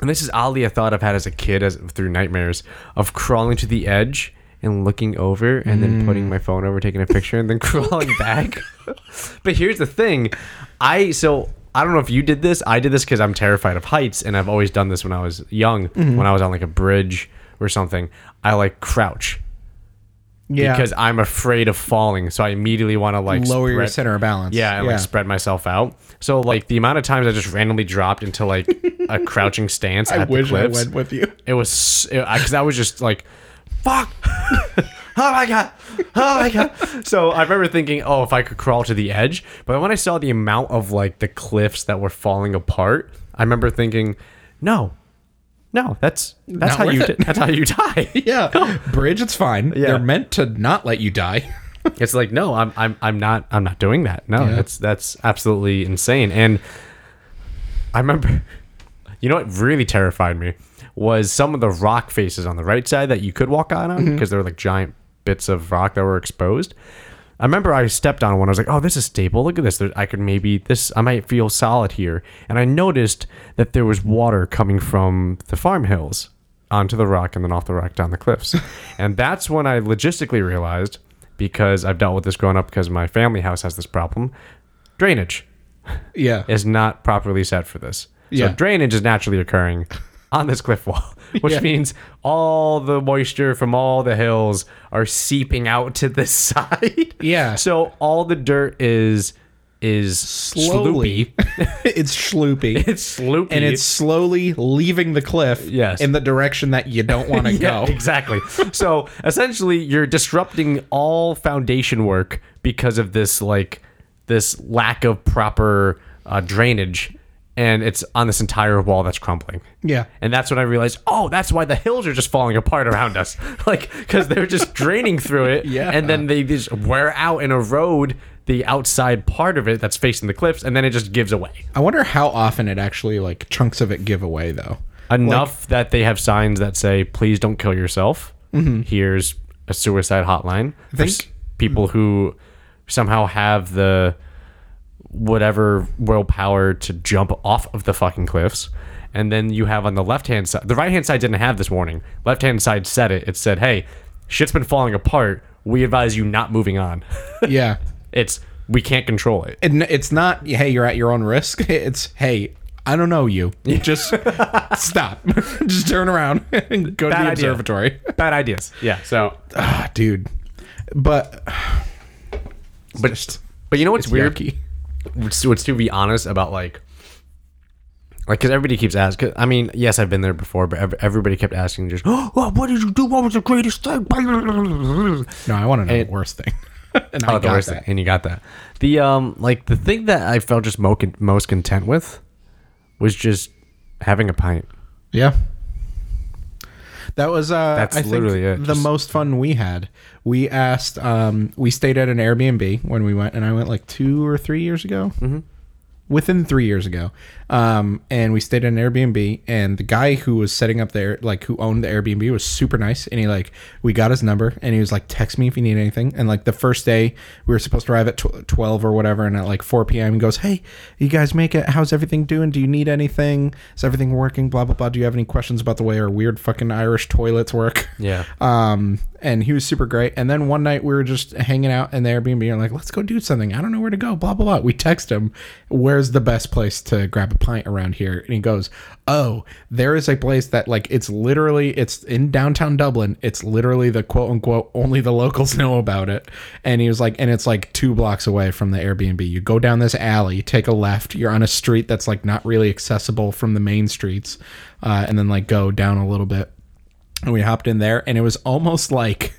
and this is oddly a thought I've had as a kid as through nightmares of crawling to the edge and looking over and then putting
Mm.
my phone over, taking a picture, and then [LAUGHS] crawling back.
[LAUGHS]
but here's the thing. I so I don't know if you did this. I did this because I'm terrified of heights, and I've always done this when I was young,
Mm-hmm.
when I was on like a bridge or something. I like crouch
[LAUGHS] yeah
because I'm afraid of falling. So I immediately want to like
lower your
spread-
center of balance
yeah, and like spread myself out. So like the amount of times I just randomly dropped into like [LAUGHS] a crouching stance at the cliffs,
with you.
it was because I was just like, fuck. [LAUGHS] Oh my god! Oh my god! So I remember thinking, "Oh, if I could crawl to the edge." But when I saw the amount of like the cliffs that were falling apart, I remember thinking, "No, no, that's that's
Not
how you
worth it.
that's how you [LAUGHS] die."
[LAUGHS] Yeah, bridge. It's fine.
Yeah.
They're meant to not let you die.
It's like no, I'm I'm I'm not I'm not doing that. No, that's that's absolutely insane. And I remember, you know what really terrified me was some of the rock faces on the right side that you could walk on because they were like giant bits of rock that were exposed. I remember I stepped on one. I was like, "Oh, this is stable. Look at this. There, I could maybe this. I might feel solid here." And I noticed that there was water coming from the farm hills onto the rock and then off the rock down the cliffs. and that's when I logistically realized because I've dealt with this growing up because my family house has this problem. Drainage
Yeah.
is not properly set for this.
Yeah.
So drainage is naturally
[LAUGHS]
occurring on this cliff wall, [LAUGHS] which
Yeah.
means all the moisture from all the hills are seeping out to the [LAUGHS] side.
Yeah.
So all the dirt is is
Slowly.
sloopy.
[LAUGHS] it's sloopy.
It's sloopy.
and it's slowly leaving the cliff
Yes.
in the direction that you don't want
[LAUGHS]
to
yeah,
go.
exactly. so essentially, you're disrupting all foundation work because of this like this lack of proper uh, drainage, and it's on this entire wall that's crumbling.
Yeah.
And that's when I realized, oh, that's why the hills are just falling apart around us. [LAUGHS] Like, because they're just draining through it.
[LAUGHS] Yeah.
And then they just wear out and erode the outside part of it that's facing the cliffs, and then it just gives away.
I wonder how often it actually like chunks of it give away though.
Enough that they have signs that say, please don't kill yourself. Here's a suicide hotline. Mm-hmm. I Mm.
think-
people who somehow have the whatever willpower to jump off of the fucking cliffs. And then you have on the left hand side, the right hand side didn't have this warning. Left hand side said it. It said, hey, shit's been falling apart. We advise you not moving on. [LAUGHS]
Yeah.
it's, we can't control it.
And it's not hey, you're at your own risk. [LAUGHS] It's hey, I don't know you.
[LAUGHS]
Just stop. [LAUGHS] Just turn around [LAUGHS] and go to
Bad idea.
the observatory.
Bad ideas. Yeah. So,
Ah, dude. But
but, but you know what's weird?
yucky.
what's, what's to be honest about like like because everybody keeps asking i mean yes i've been there before but ev- everybody kept asking just oh well, what did you do what was the greatest thing
No, I want to know the worst thing. [LAUGHS] and I
Oh, the
got
worst
that.
thing. and you got that the um like the thing that i felt just mo- con- most content with was just having a pint
Yeah. That was uh
That's
I think,
literally it,
the
just-
most fun we had. We asked um we stayed at an Airbnb when we went and I went like 2 or 3 years ago.
Mm-hmm.
Mhm. Within 3 years ago. Um and we stayed at an Airbnb and the guy who was setting up there like who owned the Airbnb was super nice and he like we got his number and he was like text me if you need anything and like the first day we were supposed to arrive at tw- 12 or whatever and at like 4 p.m. he goes, "Hey, you guys make it. How's everything doing? Do you need anything? Is everything working? Blah blah blah. Do you have any questions about the way our weird fucking Irish toilets work?"
Yeah.
Um, and he was super great. And then one night we were just hanging out in the Airbnb and like, let's go do something. I don't know where to go. Blah blah blah. We text him, "Where's the best place to grab a pint around here?" And he goes, "Oh, there is a place that like it's literally it's in downtown Dublin. It's literally the quote unquote only the locals [LAUGHS] know about it." And he was like, "And it's like two blocks away from the Airbnb. You go down this alley, take a left. You're on a street that's like not really accessible from the main streets, uh, and then like go down a little bit." and we hopped in there and it was almost like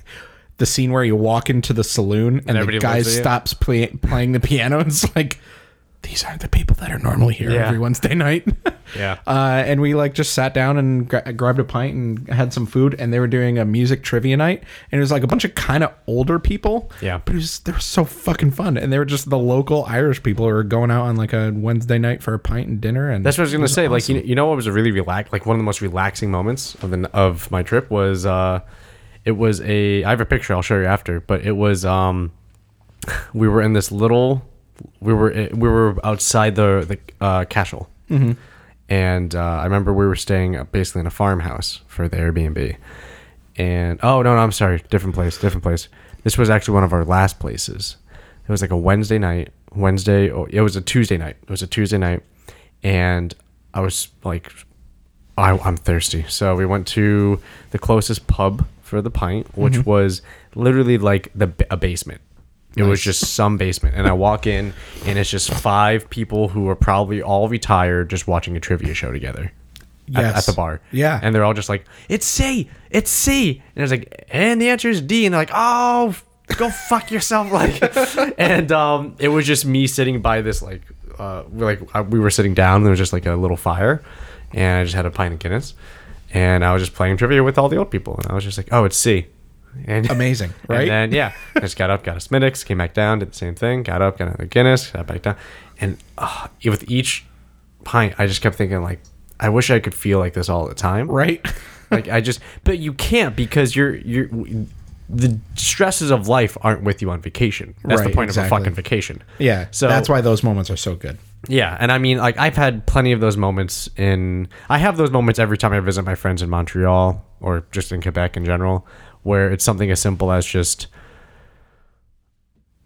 the scene where you walk into the saloon and, the
everybody
guy
looks at you.
stops play, playing the piano [LAUGHS] and it's like these aren't the people that are normally here
Yeah.
every Wednesday night.
[LAUGHS] Yeah.
Uh, and we like just sat down and gra- grabbed a pint and had some food and they were doing a music trivia night and it was like a bunch of kind of older people.
Yeah.
But it was they were so fucking fun and they were just the local Irish people who were going out on like a Wednesday night for a pint and dinner and
That's what I was gonna say. Like you, you know, what was a really relax, like one of the most relaxing moments of the of my trip was, uh, it was a. I have a picture. I'll show you after, but it was um, we were in this little, we were we were outside the the uh, castle, mm-hmm. and uh, I remember we were staying basically in a farmhouse for the Airbnb, and oh no no I'm sorry, different place, different place. This was actually one of our last places. It was like a Wednesday night, Wednesday. Oh, it was a Tuesday night. It was a Tuesday night, and I was like, I, I'm thirsty. So we went to the closest pub for the pint, which
Mm-hmm.
was literally like the ba- a basement. It was just some basement, and I walk in, and it's just five people who are probably all retired, just watching a trivia show together. at- At,
Yes.
the bar,
Yeah.
and they're all just like, "It's C, it's C," and I was like, "And the answer is D," and they're like, "Oh, f- go [LAUGHS] fuck yourself!" Like,
[LAUGHS]
and um, it was just me sitting by this like, uh, we're like I- we were sitting down, and there was just like a little fire, and I just had a pint of Guinness, and I was just playing trivia with all the old people, and I was just like, "Oh, it's C," and [LAUGHS]
Amazing, right?
And then
[LAUGHS]
yeah, I just got up, got a Smittix, came back down, did the same thing, got up, got another Guinness, got back down, and uh, with each pint, I just kept thinking like, I wish I could feel like this all the time,
right? [LAUGHS]
like I just, but you can't because you're you're the stresses of life aren't with you on vacation. That's
Right,
the point
exactly.
of a fucking vacation.
Yeah.
So-
So that's why those moments are so good.
Yeah, and I mean, like I've had plenty of those moments in. I have those moments every time I visit my friends in Montreal or just in Quebec in general, where it's something as simple as just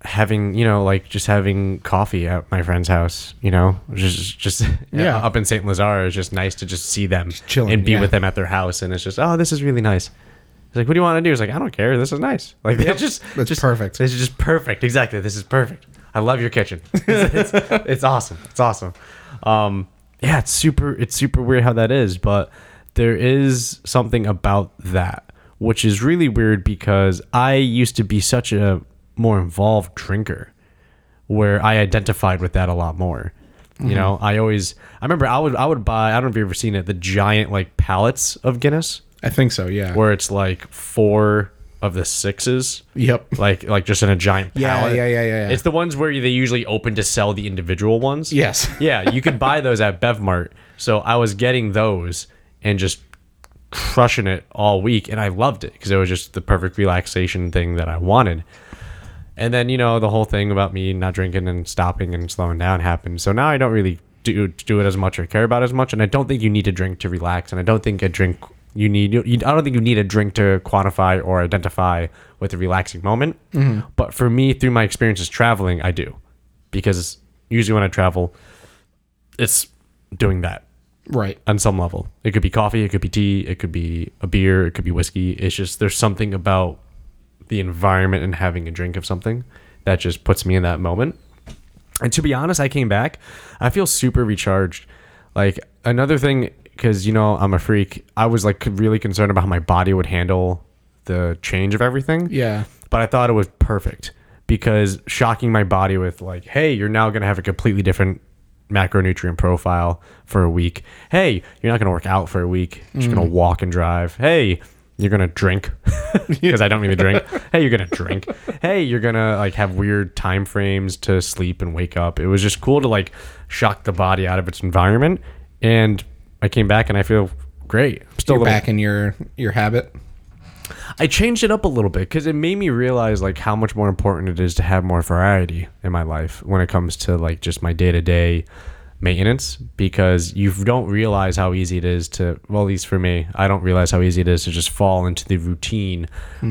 having, you know, like just having coffee at my friend's house. You know, just just [LAUGHS]
Yeah.
up in Saint Lazare. It's just nice to just see them
chilling,
and be
yeah.
with them at their house, and it's just oh, this is really nice. It's like, what do you want to do? It's like, I don't care. This is nice. Like, [LAUGHS] it's just
That's
just-
perfect.
This is just perfect. Exactly. This is perfect. I love your kitchen. [LAUGHS] it's, it's- it's awesome. It's awesome. Um, yeah, it's super. It's super weird how that is, but there is something about that which is really weird because I used to be such a more involved drinker, where I identified with that a lot more.
Mm-hmm.
You know, I always. I remember I would. I would buy. I don't know if you've ever seen it. The giant like pallets of Guinness,
I think so. Yeah.
where it's like four of the sixes
yep.
like like just in a giant
Yeah,
pallet.
yeah, yeah, yeah, yeah.
It's the ones where they usually open to sell the individual ones.
Yes.
yeah, you could buy those at BevMart. So I was getting those and just crushing it all week, and I loved it because it was just the perfect relaxation thing that I wanted. And then you know the whole thing about me not drinking and stopping and slowing down happened. So now I don't really do do it as much or care about it as much, and I don't think you need a drink to relax, and I don't think a drink you need. You, I don't think you need a drink to quantify or identify with a relaxing moment. But for me, through my experiences traveling, I do, because usually when I travel, it's doing that
[LAUGHS] Right.
on some level. It could be coffee, it could be tea, it could be a beer, it could be whiskey. It's just there's something about the environment and having a drink of something that just puts me in that moment. And to be honest, I came back. I feel super recharged. Like another thing, because you know I'm a freak. I was like really concerned about how my body would handle the change of everything
Yeah.
but I thought it was perfect because shocking my body with like, hey, you're now going to have a completely different macronutrient profile for a week. Hey, you're not going to work out for a week. You're just going to walk and drive. Hey, you're going to drink [LAUGHS] because I don't really drink. hey, you're going to drink. Hey, you're going to like have weird time frames to sleep and wake up. It was just cool to like shock the body out of its environment and I came back and I feel great. I'm still a
You're
little-
back in your your habit.
I changed it up a little bit because it made me realize like how much more important it is to have more variety in my life when it comes to like just my day to day maintenance because you don't realize how easy it is to well at least for me I don't realize how easy it is to just fall into the routine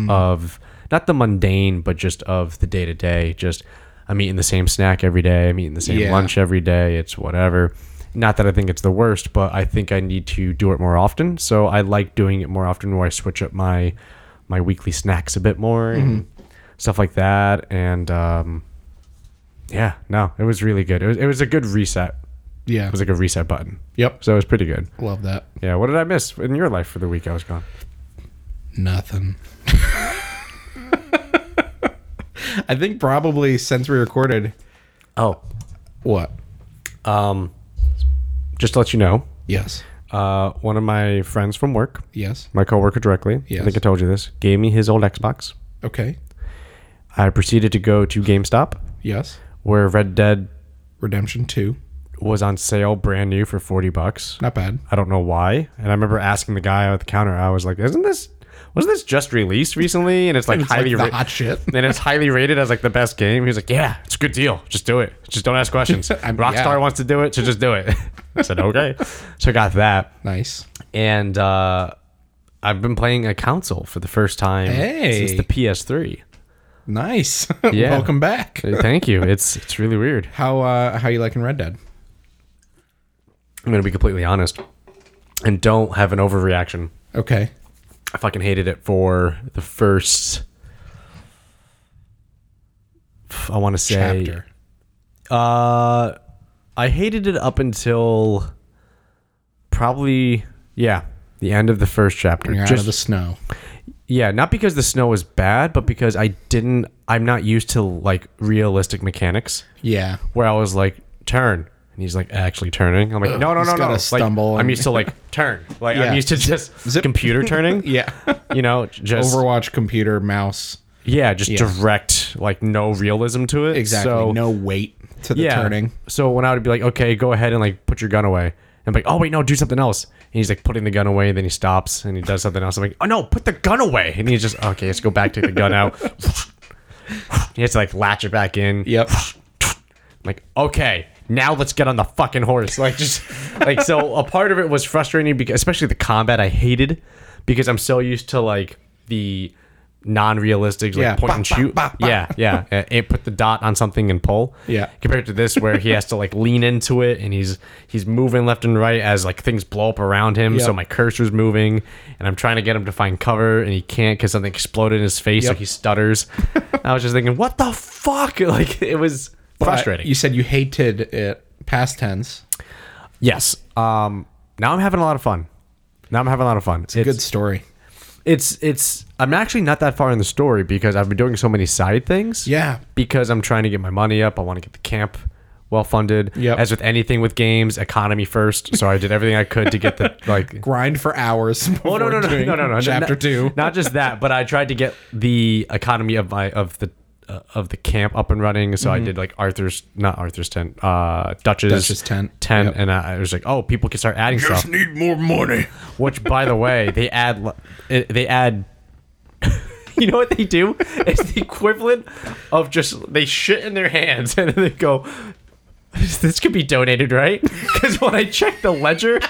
of not the mundane but just of the day to day just I'm eating the same snack every day I'm eating the same
Yeah.
lunch every day it's whatever not that I think it's the worst but I think I need to do it more often so I like doing it more often where I switch up my my weekly snacks a bit more and stuff like that. And um, yeah, no, it was really good. It was it was a good reset.
Yeah.
It was like a reset button.
Yep.
So it was pretty good.
Love that.
Yeah. What did I miss in your life for the week I was gone?
Nothing. [LAUGHS] I think probably since we recorded
Oh,
what?
um, just to let you know,
Yes.
uh, one of my friends from work,
Yes.
my coworker directly, I
Yes.
think I told you this, gave me his old Xbox.
Okay.
I proceeded to go to GameStop
Yes.
where Red Dead
Redemption 2.
was on sale brand new for 40 bucks.
Not bad.
I don't know why. And I remember asking the guy at the counter, I was like, isn't this wasn't this just released recently? And it's like
It's like
highly
the
rated.
hot [LAUGHS] shit.
[LAUGHS] and it's highly rated as like the best game. He was like, Yeah, it's a good deal. Just do it. Just don't ask
[LAUGHS]
questions.
I'm-
Rockstar
yeah.
wants to do it, so just do it. [LAUGHS] I said, Okay. so I got that.
Nice.
And uh I've been playing a console for the first time
Hey.
since the PS3.
Nice. [LAUGHS]
Yeah.
Welcome back.
Thank you. It's it's really weird.
How uh how you liking Red Dead?
I'm gonna be completely honest. And don't have an overreaction.
Okay.
I fucking hated it for the first. I want to say.
Chapter.
Uh, I hated it up until probably yeah the end of the first chapter.
You're out
Just
of the snow.
yeah, not because the snow was bad, but because I didn't. I'm not used to like realistic mechanics
Yeah.
where I was like, turn. And he's like, actually turning. I'm like, no, no,
he's
no, no.
gotta
Like,
stumble
I'm
and-
used to like
[LAUGHS]
turn. Like
Yeah.
I'm used to just
zip. [LAUGHS]
computer turning.
Yeah.
You know, just
Overwatch computer mouse.
Yeah, just direct, like no realism to it.
Exactly.
So,
no weight to the turning.
So when I would be like, okay, go ahead and like put your gun away, I'm like, oh wait, no, do something else. And he's like putting the gun away. Then he stops and he does something else. I'm like, oh no, put the gun away. And he's just okay. Let's go back, take the gun out. [LAUGHS] he has to like latch it back in.
Yep.
I'm like, okay, now let's get on the fucking horse. Like, just like so. A part of it was frustrating because, especially the combat, I hated because I'm so used to like the non-realistic, like
Yeah.
point
Bah,
and
bah,
shoot.
bah, bah.
Yeah,
[LAUGHS]
yeah. Uh, It put the dot on something and pull.
Yeah.
Compared to this, where he has to like lean into it and he's he's moving left and right as like things blow up around him. So
Yep.
my cursor's moving, and I'm trying to get him to find cover, and he can't because something exploded in his face, so
Yep.
he stutters. [LAUGHS] I was just thinking, what the fuck? [LAUGHS] Like it was
[SIGHS] But
frustrating.
You said you hated it past tense.
Yes. Um. Now I'm having a lot of fun. Now I'm having a lot of fun. It's
Good story.
It's it's. I'm actually not that far in the story because I've been doing so many side things.
Yeah.
Because I'm trying to get my money up. I want to get the camp well funded.
Yep.
As with anything with games, economy first. So I did everything I could to get
[LAUGHS]
the like.
Grind for hours. [LAUGHS]
Oh no no
before
no
doing
no no no!
Chapter
not,
two.
Not just that, but I tried to get the economy of my of the uh, of the camp up and running. So I did like Arthur's not Arthur's tent, uh, Dutch's,
Mm-hmm. Dutch's tent.
tent,
Yep.
and I, I was like, oh, people can start adding stuff.
need more money.
Which, by the way, they add l- it- they add. [LAUGHS] You know what they do? It's the equivalent of just they shit in their hands and then they go, "This could be donated, right?" Because when I check the ledger,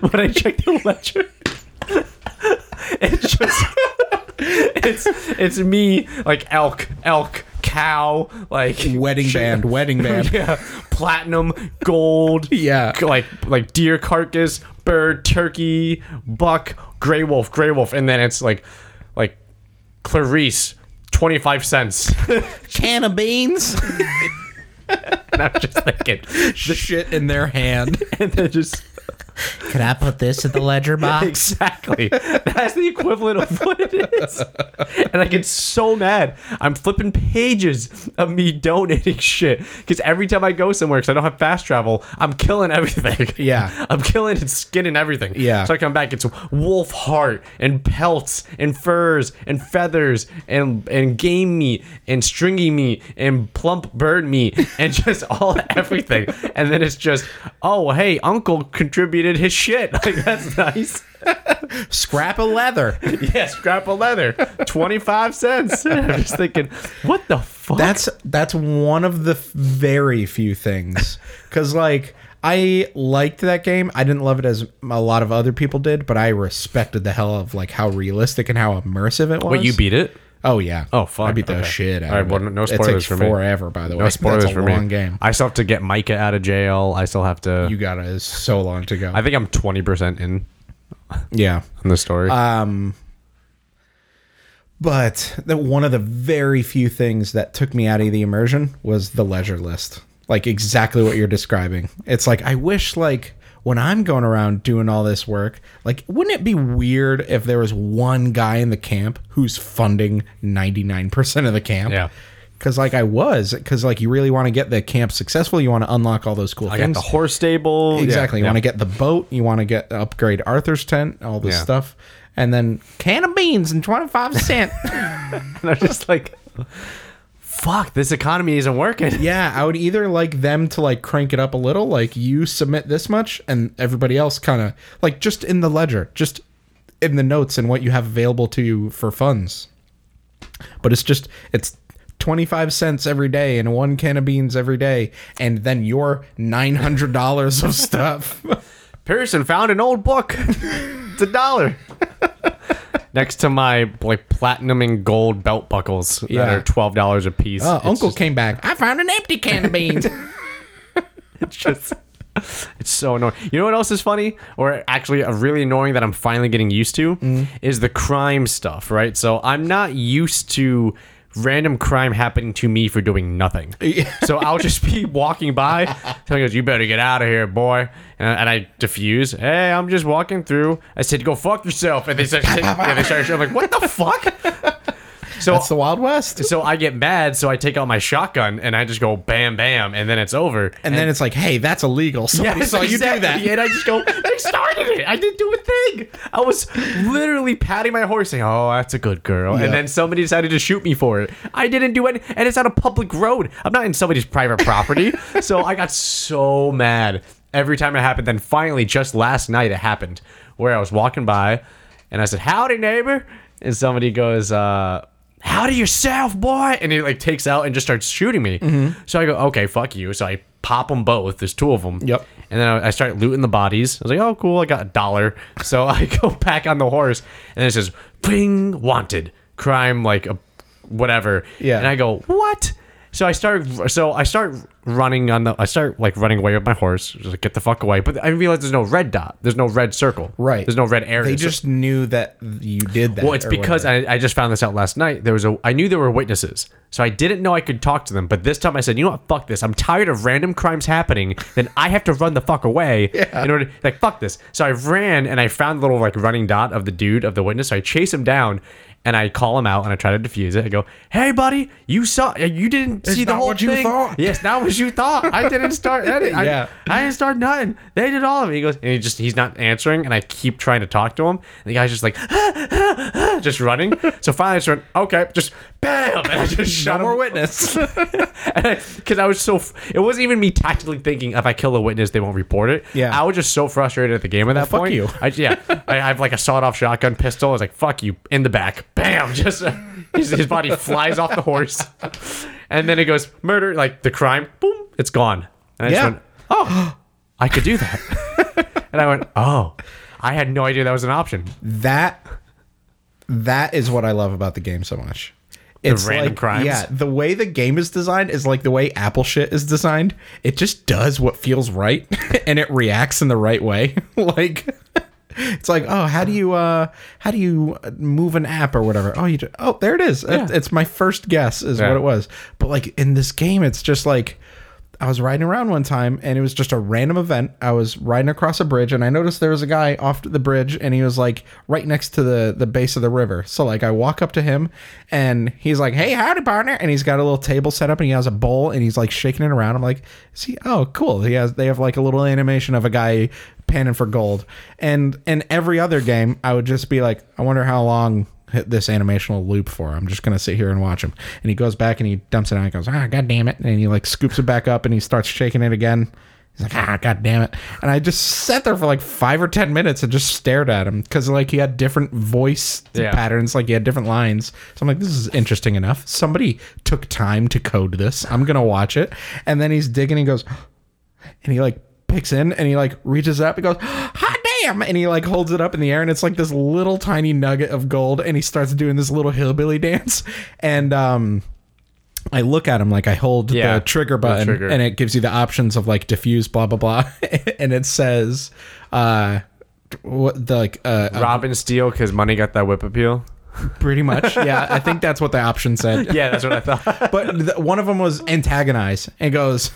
when I check the ledger, [LAUGHS] it's just it's it's me like elk, elk, cow, like
Wedding
shit. [LAUGHS]
band. Wedding band.
yeah, platinum, gold,
Yeah.
like like deer carcass, bird, turkey, buck, gray wolf, gray wolf, and then it's like like Clarice, twenty five cents.
[LAUGHS] Can
[LAUGHS]
of beans.
and I'm just
[LAUGHS]
thinking,
Shit in their hand.
[LAUGHS] and then just
Can I put this in the ledger box?
[LAUGHS] exactly that's the equivalent of what it is. And I get so mad. I'm flipping pages of me donating shit because every time I go somewhere, because I don't have fast travel, I'm killing everything.
Yeah.
[LAUGHS] I'm killing and skinning everything.
Yeah.
So I come back, it's wolf heart and pelts and furs and feathers and and game meat and stringy meat and plump bird meat [LAUGHS] and just all everything. And then it's just, oh hey, Uncle contributed his shit. [LAUGHS] Like that's nice.
[LAUGHS] Scrap of leather.
Yeah, scrap of leather, twenty five cents. [LAUGHS] And I'm just thinking, what the fuck?
That's that's one of the f- very
[LAUGHS]
few things cuz like I liked that game. I didn't love it as a lot of other people did, but I respected the hell of like how realistic and how immersive it was.
Wait, you beat it?
Oh yeah.
Oh, fuck.
I beat the
Okay.
shit out
All right,
of
well,
it.
no
It
spoilers
takes
for me.
forever by the way.
No spoilers
That's a
for
long
me.
game.
I still have to get Micah out of jail. I still have to.
You got it. It's so long to go.
I think I'm twenty percent in
yeah.
on the story.
Um but the, one of the very few things that took me out of the immersion was the leisure list. Like exactly what you're describing. It's like I wish like when I'm going around doing all this work, like wouldn't it be weird if there was one guy in the camp who's funding 99% of the camp?
Yeah.
Cuz like I was cuz like you really want to get the camp successful, you want to unlock all those cool
I got
things.
the horse stable.
Exactly. You
Yeah.
want to get the boat. You want to get upgrade Arthur's tent. All this
Yeah.
stuff, and then can of beans and twenty five
[LAUGHS]
cent.
And [LAUGHS] I'm just like, fuck, this economy isn't working.
yeah, I would either like them to like crank it up a little, like you submit this much, and everybody else kind of like just in the ledger, just in the notes and what you have available to you for funds. But it's just it's. 25 cents every day and one can of beans every day and then your
[LAUGHS]
$900 of stuff
Pearson found an old
[LAUGHS]
book. it's a dollar. [LAUGHS] Next to my like platinum and gold belt buckles
Yeah.
that are twelve dollars a piece.
uh,
It's
uncle
just-
came back i found an empty can of beans
it's just it's so annoying. You know what else is funny, or actually uh, really annoying that I'm finally getting used to,
Mm-hmm.
is the crime stuff. Right, so I'm not used to random crime happening to me for doing
[LAUGHS]
nothing. so I'll just be walking by. Someone goes, "You better get out of here, boy," and, and I diffuse. Hey, I'm just walking through. I said, "Go fuck yourself," and they
[LAUGHS]
start. and they start. I'm like, "What the fuck?" So
That's the Wild West.
so I get mad, so I take out my shotgun and I just go bam, bam, and then it's over.
And then it's like, hey, that's illegal. [LAUGHS]
[LAUGHS]
Somebody
Yeah,
saw you
[LAUGHS]
do
exactly.
that.
And I just go, they started it. I didn't do a thing. I was literally patting my horse saying, oh, that's a good girl.
Yeah.
And then somebody decided to shoot me for it. I didn't do it.
[LAUGHS]
And it's on a public road. I'm not in somebody's private property. so I got so mad. every time it happened. Then finally, just last night, it happened where I was walking by and I said, Howdy, neighbor. And somebody goes, uh, Howdy yourself, boy. And he like takes out and just starts shooting me.
Mm-hmm.
So I go, Okay, fuck you. So I pop them both. There's two of them.
Yep.
And then I, I start looting the bodies. I was like, Oh, cool. I got a dollar. [LAUGHS] So I go back on the horse and it says, Ping, wanted. Crime, like a whatever.
Yeah.
And I go, what? So I start, so I start running on the, I start like running away with my horse, just like get the fuck away. But I realize there's no red dot, there's no red circle,
Right.
There's no red area.
They
So-
just knew that you did that.
well, it's
or
because
whatever.
I, I just found this out last night. There was a, I knew there were witnesses, so I didn't know I could talk to them. But this time I said, you know what, fuck this. I'm tired of random crimes happening. Then I have to run the fuck
[LAUGHS]
away in order, like fuck this. So I ran and I found the little like running dot of the dude of the witness. So I chase him down. And I call him out and I try to defuse it. I go, "Hey, buddy, you saw, uh, you didn't see the
not
whole
what you
thing.
thought."
Yes, that was you thought. I didn't
[LAUGHS]
start. Any, I-
Yeah.
I didn't start nothing. They did all of it. He goes, and he just he's not answering. And I keep trying to talk to him. And the guy's just like, just running. So finally, I just went, okay, just bam, and I just shot
no
[LAUGHS]
more
him.
witness.
Because I was so, f- it wasn't even me tactically thinking if I kill a witness, they won't report it.
Yeah.
I was just so frustrated at the game at that
fuck
point.
you.
I,
[LAUGHS]
yeah, I I have like a sawed-off shotgun pistol. I was like, fuck you, in the back, bam, just uh, his, his body flies off the horse, and then it goes murder, like the crime, boom, it's gone. And I
Yeah.
just went, oh, I could do that, [LAUGHS] and I went, oh, I had no idea that was an option.
Mm-hmm. that that is what I love about the game so much. It's
random
like,
crimes?
Yeah, the way the game is designed is like the way Apple shit is designed. It just does what feels right [LAUGHS] and it reacts in the right way. [LAUGHS] like it's like, "Oh, how do you uh how do you move an app or whatever?" Oh, you do, Oh, there it is. It-
Yeah.
it's my first guess is
Yeah.
what it was. But like in this game, it's just like I was riding around one time and it was just a random event. I was riding across a bridge and I noticed there was a guy off to the bridge and he was like right next to the the base of the river. So like I walk up to him and he's like, "Hey, howdy, partner!" And he's got a little table set up and he has a bowl and he's like shaking it around. I'm like, "Is he? Oh, cool." He has they have like a little animation of a guy panning for gold. And in every other game, I would just be like, "I wonder how long." hit this animation will loop for. I'm just gonna sit here and watch him. And he goes back and he dumps it out and goes, ah, god damn it. And he like scoops it back up and he starts shaking it again. He's like, ah, god damn it. And I just sat there for like five or ten minutes and just stared at him because like he had different voice
Yeah.
patterns, like he had different lines. So I'm like, this is interesting enough. Somebody took time to code this. I'm gonna watch it. And then he's digging and he goes, and he like picks in and he like reaches up and goes hot damn and he like holds it up in the air and it's like this little tiny nugget of gold and he starts doing this little hillbilly [LAUGHS] dance and um I look at him like I hold
Yeah,
the trigger
the
button
trigger.
and it gives you the options of like diffuse blah blah blah [LAUGHS] and it says uh what the like uh
Robin Steele, because money got that whip appeal. [LAUGHS]
pretty much yeah I think that's what the option said
Yeah, that's what I thought.
but th- one of them was antagonized and goes,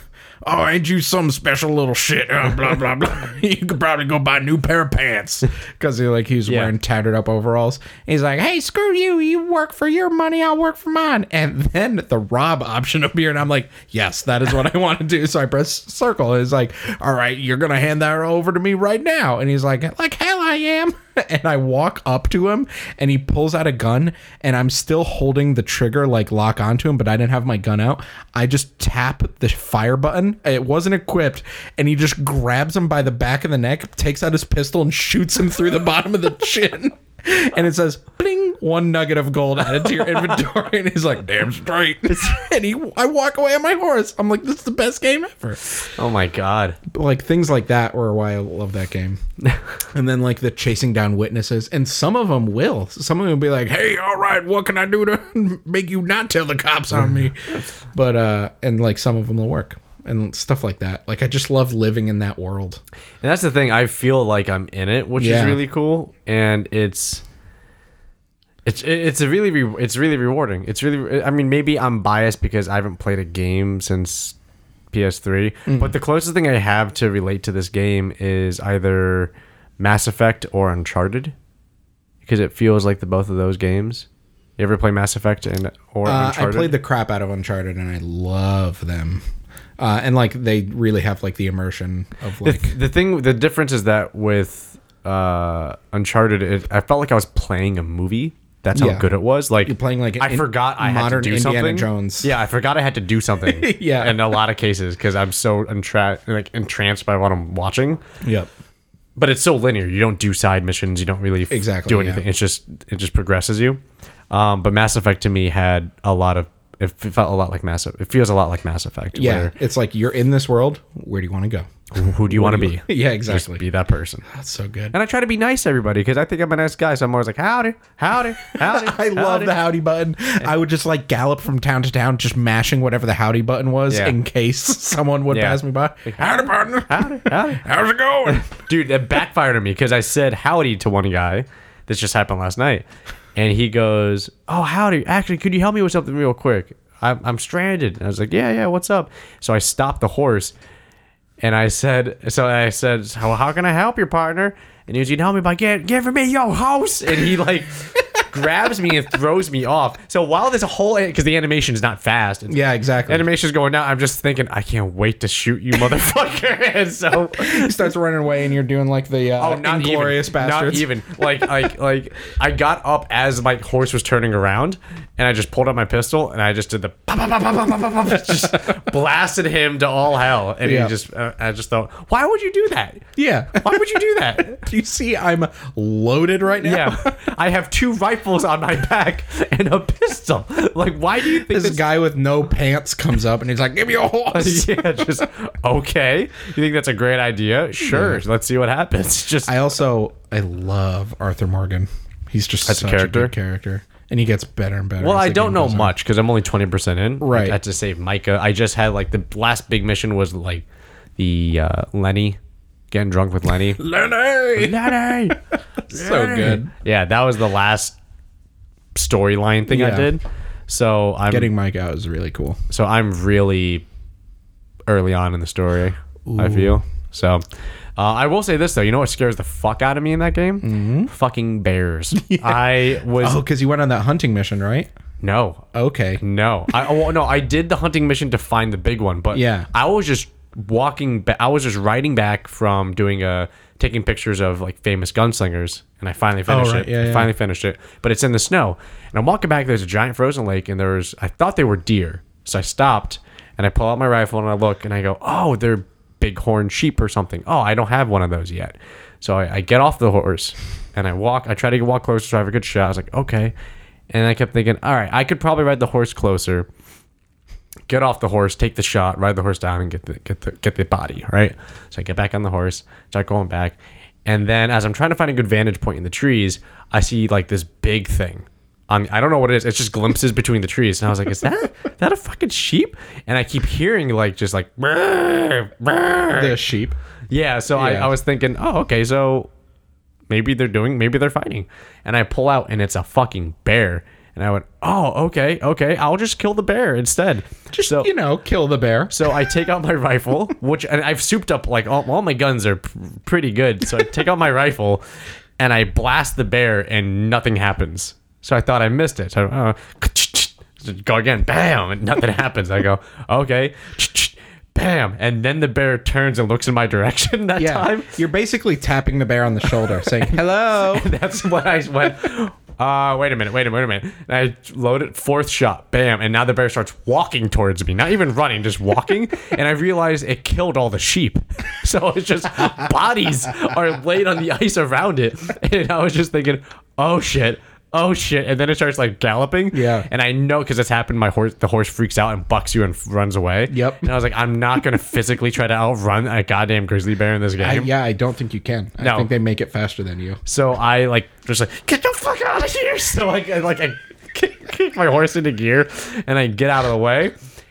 "Oh, ain't you some special little shit?" Uh, blah blah blah. [LAUGHS] you could probably go buy a new pair of pants because he like he was
Yeah.
wearing tattered up overalls. He's like, "Hey, screw you! You work for your money, I'll work for mine." And then the rob option [LAUGHS] appeared, and I'm like, "Yes, that is what I [LAUGHS] want to do." So I press circle. And it's like, "All right, you're gonna hand that over to me right now." And he's like, "Like hell, I am." [LAUGHS] And I walk up to him, and he pulls out a gun, and I'm still holding the trigger like lock onto him, but I didn't have my gun out. I just tap the fire button. It wasn't equipped, and he just grabs him by the back of the neck, takes out his pistol, and shoots him through the [LAUGHS] bottom of the chin. [LAUGHS] And it says, "Bling!" One nugget of gold added to your [LAUGHS] inventory, and he's like, "Damn straight." [LAUGHS] and he, I walk away on my horse. I'm like, "This is the best game ever."
[LAUGHS] Oh my god.
like things like that were why I love
[LAUGHS]
that game. and then like the chasing down witnesses, and some of them will. Some of them will be like, "Hey, all right, what can I do to [LAUGHS] make you not tell the cops on
[LAUGHS]
me?" but uh, and like some of them will work and stuff like that. Like I just love living in that world.
And that's the thing. I feel like I'm in it, which
Yeah.
is really cool, and it's it's it's a really re- it's really rewarding. It's really. I mean, maybe I'm biased because I haven't played a game since PS3,
Mm-hmm.
but the closest thing I have to relate to this game is either Mass Effect or Uncharted, because it feels like the both of those games. You ever play Mass Effect and or
Uh, I
Uncharted?
played the crap out of Uncharted, and I love them. Uh, and like they really have like the immersion of
[LAUGHS]
like
the, the thing the difference is that with uh uncharted it, i felt like i was playing a movie That's how
Yeah.
good it was. Like
You're playing like
I
in-
forgot I had to
modern
do
Indiana
something.
Jones.
Yeah, I forgot I had to do something.
[LAUGHS] Yeah.
in a lot of cases because I'm so entra- like entranced by what I'm watching.
Yep.
But it's so linear. You don't do side missions. You don't really f-
Exactly,
do
yeah.
anything. It's just it just progresses you. Um, but Mass Effect to me had a lot of. It f- felt a lot like Mass. Effect. It feels a lot like Mass Effect.
Yeah.
where-
It's like you're in this world. Where do you want to go?
who do you want to be?
Yeah,
Just
[LAUGHS] exactly.
be that person.
That's so good.
And I try to be nice to everybody because I think I'm a nice guy. So I'm always like, howdy, howdy, howdy.
[LAUGHS] I love
howdy.
the howdy button. I would just like gallop from town to town, just mashing whatever the howdy button was
Yeah.
in case [LAUGHS] someone would
Yeah.
pass me by. Howdy button.
Howdy, howdy.
[LAUGHS] How's it
[LAUGHS]
going?
Dude, that backfired on me because I said howdy to one guy. This just happened last night. And he goes, oh, howdy. Actually, could you help me with something real quick? I'm, I'm stranded. And I was like, yeah, yeah, what's up? So I stopped the horse and I said, so I said, so how can I help your partner? And he was, you can help me by get, giving me your horse. And he
[LAUGHS]
like grabs me and throws me off. So while this whole, because the animation is not fast. It's-
Yeah, exactly.
Animation's going down. I'm just thinking, I can't wait to shoot you, motherfucker. [LAUGHS] and so
He starts running away, and you're doing like the uh,
Oh, not
inglorious
even.
bastards.
Not even. Like, like, like. I got up as my horse was turning around, and I just pulled out my pistol, and I just did the pop, pop, pop, pop, pop, pop, pop, just
[LAUGHS]
blasted him to all hell, and
Yeah.
he just. Uh, I just thought, why would you do that?
[LAUGHS] Yeah. [LAUGHS]
Why would you do that?
Do you see I'm loaded right now?
Yeah, I have two rifles on my back and a pistol. Like, why do you think
[LAUGHS] This,
this? [LAUGHS]
guy with no pants comes up and he's like, "Give me a horse."
yeah, just okay. You think that's a great idea? Sure. Let's see what happens. [LAUGHS] Just
I also I love Arthur Morgan. He's just such a
character?
good character, and he gets better and better.
Well,
as
I
the
don't
game
know
goes on.
much because I'm only 20% in.
Right.
I had to save Micah. I just had like the last big mission was like the uh, Lenny, getting drunk with Lenny.
[LAUGHS] Lenny,
Lenny!
so good.
Yeah, that was the last storyline thing I
Yeah.
did. So I'm
Getting Mike out is really cool.
so I'm really early on in the story. I feel so. Uh, I will say this though, you know what scares the fuck out of me in that game? Fucking
[LAUGHS]
bears. I was
Mm-hmm. Oh, because you went on that hunting mission, right?
no.
Okay.
No, I well, no, I did the hunting mission to find the big one, but
Yeah.
I was just walking. Ba- I was just riding back from doing a taking pictures of like famous gunslingers, and I finally finished
Oh, right,
it.
yeah,
I
yeah.
finally finished it, but it's in the snow, and I'm walking back. There's a giant frozen lake, and there's I thought they were deer, so I stopped and I pull out my rifle and I look and I go, oh, they're bighorn sheep or something. Oh, I don't have one of those yet, so I, I get off the horse and I walk. I try to walk closer so I have a good shot. I was like, okay. And I kept thinking, all right, I could probably ride the horse closer get off the horse, take the shot, ride the horse down, and get the get the get the body. Right. So I get back on the horse, start going back, and then as I'm trying to find a good vantage point in the trees, I see like this big thing. On, I don't know what it is. It's just glimpses between the trees, and I was like, "Is that that a fucking sheep?" And I keep hearing like just like, "Brrr, brrr."
The sheep.
yeah. So I,
Yeah.
I was thinking, oh, okay, so maybe they're doing, maybe they're fighting. And I pull out, and it's a fucking bear. And I went, oh, okay, okay, I'll just kill the bear instead. Just so
You know, kill the bear.
so I take out my rifle, which and I've souped up like all, all my guns are p- pretty good. So I take out my rifle and I blast the bear and nothing happens. So I thought I missed it. So I uh, go again, bam, and nothing [LAUGHS] happens. I go, okay, bam, and then the bear turns and looks in my direction that
Yeah.
time.
You're basically tapping the bear on the shoulder,
[LAUGHS]
saying, "Hello."
That's when I went. Uh, wait a minute, wait a minute, wait a minute. And I loaded fourth shot, bam, and now the bear starts walking towards me, not even running, just walking. and I realized it killed all the sheep. [LAUGHS] So it's just bodies are laid on the ice around it. And I was just thinking, oh shit, oh shit. And then it starts like galloping.
Yeah.
And I know because it's happened, my horse, the horse freaks out and bucks you and f- runs away.
Yep.
And I was like, I'm not going to physically try to outrun a goddamn grizzly bear in this game.
I- yeah, I don't think you can. I
No.
think they make it faster
[LAUGHS]
than you.
So I like just like get the fuck out of here. [LAUGHS] So like I like I kick kick my horse into gear and I get out of the way,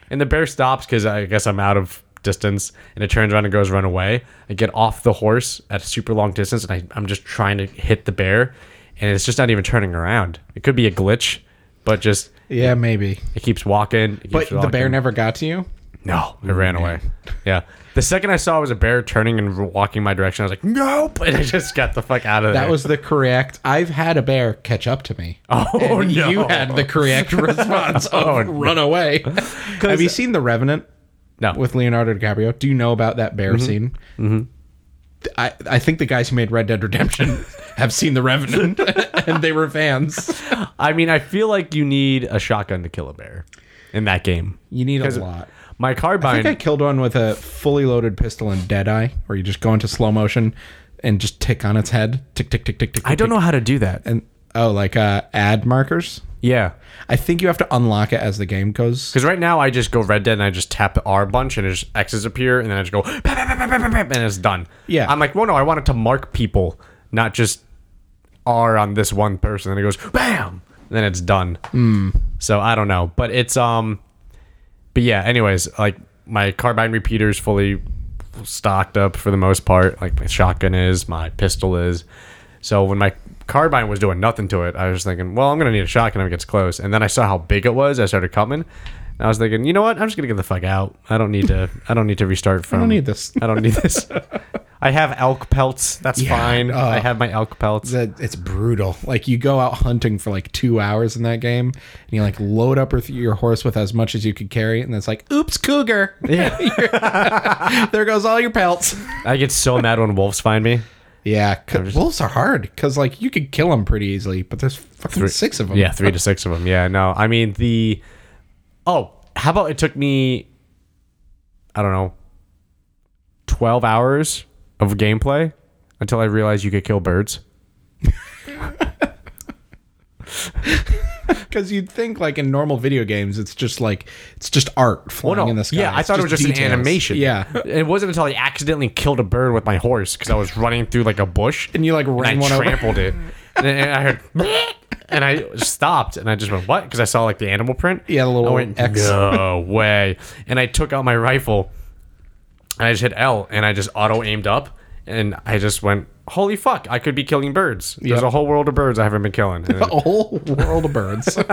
and the bear stops because I guess I'm out of distance, and it turns around and goes run away. I get off the horse at a super long distance, and I, I'm just trying to hit the bear, and it's just not even turning around. It could be a glitch, but just
Yeah, maybe.
it keeps walking. It keeps
But the bear
walking.
never got to you.
No, it ran away. Yeah. The second I saw it was a bear turning and walking my direction, I was like, nope. [LAUGHS] And I just got the fuck out of there.
That was the correct. I've had a bear catch up to me.
[LAUGHS] Oh,
And
no. Oh,
You had
[LAUGHS]
the correct response of run away. Have you seen The Revenant
no.
with Leonardo DiCaprio? Do you know about that bear scene? I, I think the guys who made Red Dead Redemption have seen The Revenant [LAUGHS] and they were fans.
[LAUGHS] I mean, I feel like you need a shotgun to kill a bear in that game.
You need a
'Cause
lot.
My
I
carbine.
think I killed one with a fully loaded pistol in Deadeye, where you just go into slow motion and just tick on its head. Tick, tick, tick, tick, tick.
I don't know how to do that.
And, oh, like uh, ad markers?
Yeah.
I think you have to unlock it as the game goes.
Because right now I just go Red Dead and I just tap the R bunch and it just X's appear and then I just go "Bap, bap, bap, bap, bap, bap," and it's done.
Yeah.
I'm like, well, no, I want it to mark people, not just R on this one person. And it goes bam, and then it's done. So I don't know, but it's um, but yeah. Anyways, like my carbine repeater is fully stocked up for the most part. Like my shotgun is, my pistol is. So when my carbine was doing nothing to it, I was thinking, well, I'm gonna need a shotgun if it gets close. And then I saw how big it was. I started coming. And I was thinking, you know what? I'm just gonna get the fuck out. I don't need to. I don't need to restart from. I
don't need this.
I don't need
[LAUGHS]
this. I have elk pelts. That's fine.
uh,
I have my elk pelts.
that it's brutal. Like you go out hunting for like two hours in that game, and you like load up with your horse with as much as you could carry, and it's like, oops, cougar. [LAUGHS] there goes all your pelts.
I get so mad when wolves find me.
Yeah, 'cause wolves are hard because like you could kill them pretty easily, but there's fucking six of them.
Yeah, three to six of them. Yeah, no, I mean the. Oh, how about it took me, I don't know, twelve hours of gameplay until I realized you could kill birds.
because you'd think like in normal video games, it's just like it's just art flying in the sky.
yeah, I
It's
thought it was just
details.
an animation.
Yeah,
it wasn't until I accidentally killed a bird with my horse because I was running through like a bush
and you like
and I
ran one over. [LAUGHS]
trampled it, [LAUGHS] and, and I heard. [LAUGHS] "Bleh," And I stopped and I just went, what? Because I saw like the animal print.
Yeah, the little
I went,
X.
no way. And I took out my rifle and I just hit L and I just auto aimed up and I just went, holy fuck, I could be killing birds. There's
Yep.
a whole world of birds I haven't been killing. And,
[LAUGHS] A whole world
[LAUGHS]
of birds.
and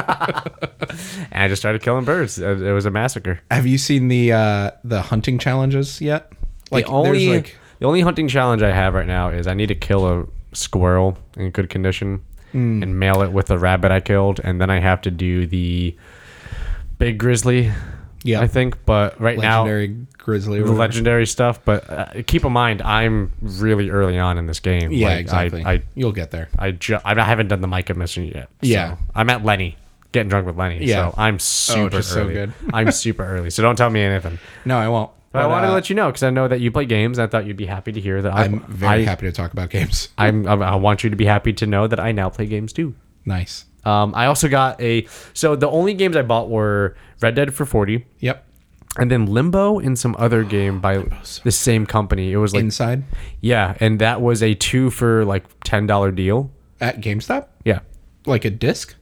I just started killing birds. It it was a massacre.
Have you seen the uh the hunting challenges yet? Like
the
there's
only
like
the only hunting challenge I have right now is I need to kill a squirrel in good condition
Hmm.
and mail it with a rabbit I killed, and then I have to do the big grizzly.
Yeah.
I think. But right
legendary grizzly. or
now, the
whatever.
legendary stuff. But uh, keep in mind, I'm really early on in this game.
Yeah,
Like, I-
exactly.
I, I,
You'll get there.
ju- I haven't done the Micah mission yet. so
Yeah.
I'm at Lenny. Getting drunk with Lenny,
Yeah.
so I'm super
just so
early.
good. [LAUGHS]
I'm super early, so don't tell me anything.
No, I won't.
But I
But,
wanted
uh,
to let you know because I know that you play games. I thought you'd be happy to hear that. I,
I'm very
I,
happy to talk about games.
I'm, I'm- I want you to be happy to know that I now play games too.
Nice.
Um, I also got a. So the only games I bought were Red Dead for forty,
Yep.
and then Limbo and some other
[GASPS]
game by the same company. It was like
Inside
yeah, and that was a two for like ten dollar deal.
at GameStop,
Yeah,
like a disc.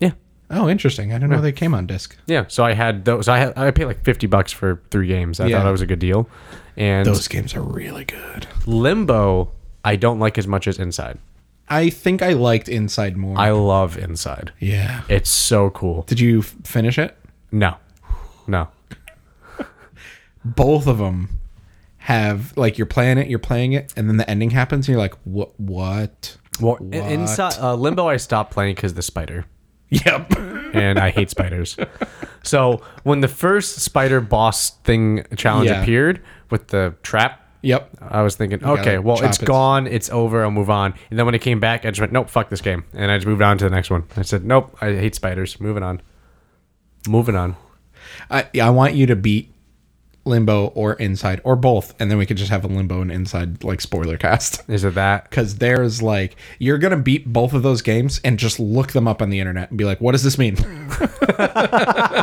yeah,
Oh, interesting. I didn't know they came on disc.
yeah. So I had those. I had I paid like fifty bucks for three games. I
Yeah.
thought that was a good deal. And
Those games are really good.
Limbo, I don't like as much as Inside.
I think I liked Inside more.
I love Inside.
yeah.
It's so cool.
Did you f- finish it?
No, no.
Both of them have like you're playing it, you're playing it, and then the ending happens, and you're like, what? What?
Well, inside uh, Limbo, I stopped playing because the spider,
Yep.
and I hate spiders. [LAUGHS] So when the first spider boss thing challenge
Yeah.
appeared with the trap,
yep.
I was thinking, okay, well,
chop
it's
it.
gone, it's over, I'll move on. And then when it came back, I just went, nope, fuck this game, and I just moved on to the next one. I said, nope, I hate spiders. Moving on. Moving on.
I yeah, I want you to beat Limbo or Inside or both, and then we could just have a Limbo and Inside like spoiler cast. [LAUGHS]
Is it that?
Because there's like you're gonna beat both of those games and just look them up on the internet and be like, what does this mean? [LAUGHS]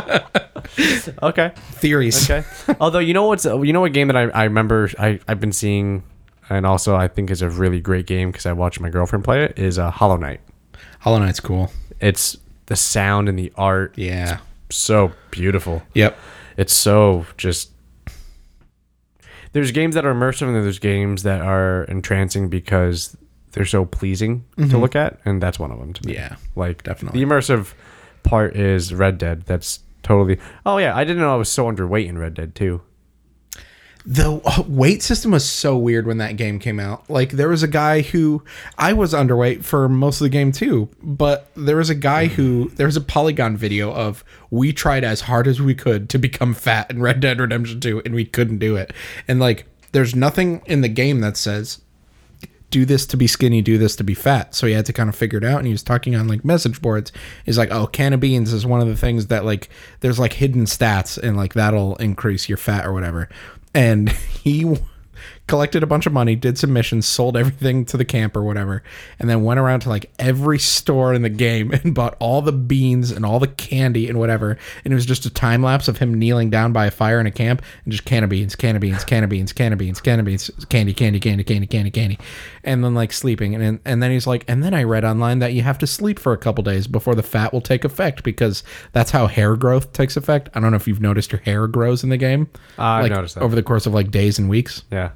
Okay.
Theories.
Okay. [LAUGHS] Although you know what's uh, you know what game that I, I remember I I've been seeing, and also I think is a really great game because I watched my girlfriend play it is uh, Hollow Knight.
Hollow Knight's cool.
It's the sound and the art
Yeah.
so beautiful.
Yep.
It's so just. There's games that are immersive and there's games that are entrancing because they're so pleasing to look at, and that's one of them to me.
Mm-hmm. Yeah.
like
definitely.
the immersive part is Red Dead. That's totally. Oh yeah, I didn't know I was so underweight in Red Dead too.
The [LAUGHS] uh, weight system was so weird when that game came out. Like there was a guy who I was underweight for most of the game too, but there was a guy who there was a polygon video of we tried as hard as we could to become fat in Red Dead Redemption 2 and we couldn't do it. And like there's nothing in the game that says do this to be skinny, do this to be fat. So he had to kind of figure it out. And he was talking on like message boards. He's like, oh, can of beans is one of the things that like there's like hidden stats and like that'll increase your fat or whatever. And [LAUGHS] he w- collected a bunch of money, did some missions, sold everything to the camp or whatever, and then went around to like every store in the game [LAUGHS] and bought all the beans and all the candy and whatever. And it was just a time lapse of him kneeling down by a fire in a camp and just can of beans, can of beans, can of beans, can of beans, can of beans, candy, candy, candy, candy, candy, candy, and then like sleeping. And then- and then he's like, and then I read online that you have to sleep for a couple days before the fat will take effect because that's how hair growth takes effect. I don't know if you've noticed your hair grows in the game,
I've
like
noticed that.
over the course of like days and weeks
Yeah.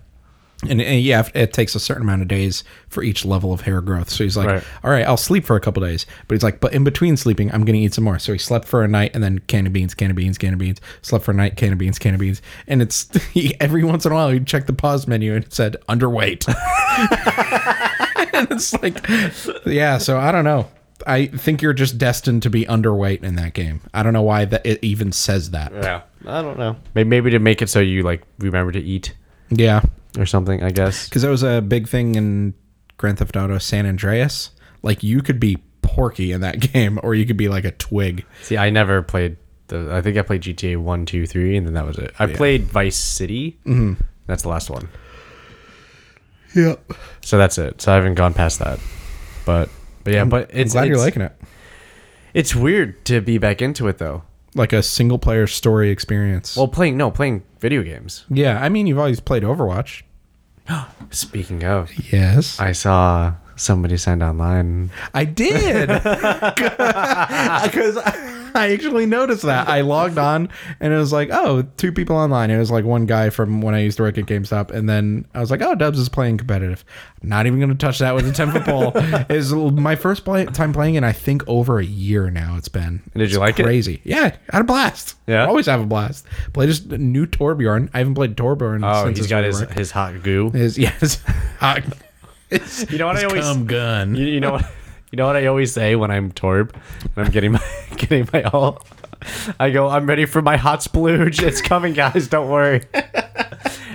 and, and yeah, it takes a certain amount of days for each level of hair growth. So he's like,
Right.
"All right, I'll sleep for a couple days," but he's like, "But in between sleeping, I'm going to eat some more." So he slept for a night, and then can of beans, can of beans, can of beans. Slept for a night, can of beans, can of beans. And it's [LAUGHS] he, every once in a while he'd check the pause menu and it said
[LAUGHS]
underweight. [LAUGHS] and it's like, yeah. So I don't know. I think you're just destined to be underweight in that game. I don't know why that it even says that.
Yeah. I don't know. Maybe, maybe to make it so you like remember to eat
Yeah.
or something. I guess.
because that was a big thing in Grand Theft Auto San Andreas. Like you could be porky in that [LAUGHS] game, or you could be like a twig.
See, I never played. The, I think I played GTA one, two, three, and then that was it. I played Vice City. Mm-hmm. That's the last one.
Yeah,
So that's it. So I haven't gone past that. But but yeah, but
I'm
it's
glad
it's,
you're liking it.
It's weird to be back into it though.
Like a single player story experience.
Well, playing no playing video games.
yeah, I mean you've always played Overwatch.
Speaking of,
Yes, I,
I saw somebody signed online. [LAUGHS]
did. Because I actually noticed that I logged on and it was like, oh, two people online. It was like one guy from when I used to work at GameStop, and then I was like, oh, Dubs is playing competitive. I'm not even going to touch that with a ten
[LAUGHS]
foot pole. Is my first play- time playing it. I think over a year now. It's been.
did you
It's
like it?
Crazy. Yeah, I had a blast.
Yeah?
always have a blast. Play just new Torbjorn. I haven't played Torbjorn.
Oh,
since
he's
it's
got
been
his
work.
his hot goo.
his
[LAUGHS]
[LAUGHS] yes. I- it's-
You know what I always
[LAUGHS]
Come gun.
you, you know what [LAUGHS] you know what I always say when I'm Torb and I'm getting my [LAUGHS] getting my all. I go, I'm ready for my hot splooge. It's coming, guys. Don't
[LAUGHS]
worry.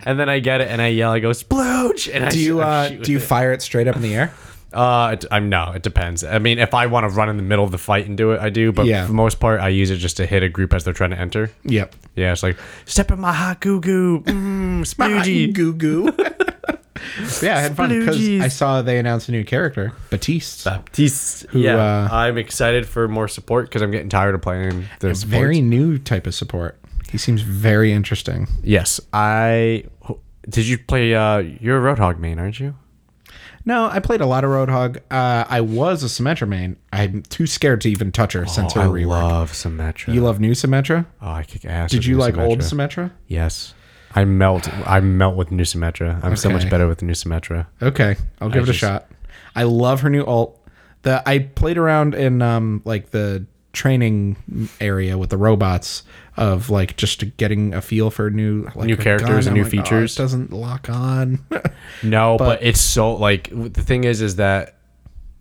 and then I get it, and I yell. I go splooge. And I
do you
I
uh,
shoot
do you
with it.
fire it straight up in the air?
Uh, it, I'm no. It depends. I mean, if I want to run in the middle of the fight and do it, I do. But
Yeah.
for the most part, I use it just to hit a group as they're trying to enter.
[LAUGHS] Yep.
Yeah, it's like step in my hot goo goo, mm,
[LAUGHS]
spoogie.
Goo goo. yeah, I had fun because
Sploogies.
I saw they announced a new character, Batiste.
Baptiste.
Who,
yeah,
uh,
I'm excited for more support because I'm getting tired of playing the supports.
Very new type of support. He seems very interesting.
Yes, I. Did you play? Uh, you're a Roadhog main, aren't you?
No, I played a lot of Roadhog. Uh, I was a Symmetra main. I'm too scared to even touch her since her rework.
love Symmetra.
you love new Symmetra?
oh, I kick ass.
Did
with
you
new
like old
Symmetra.
Symmetra?
Yes, I melt. I melt with new Symmetra. I'm so much
Okay.
better with new Symmetra.
Okay, I'll give it
just-
a shot. I love her new alt. The I played around in um like the training area with the robots of like just getting a feel for new like
New
her
characters and
I'm
new
like, "Oh, it
features."
doesn't lock on. [LAUGHS]
No, but, it's so like w- the thing is, is that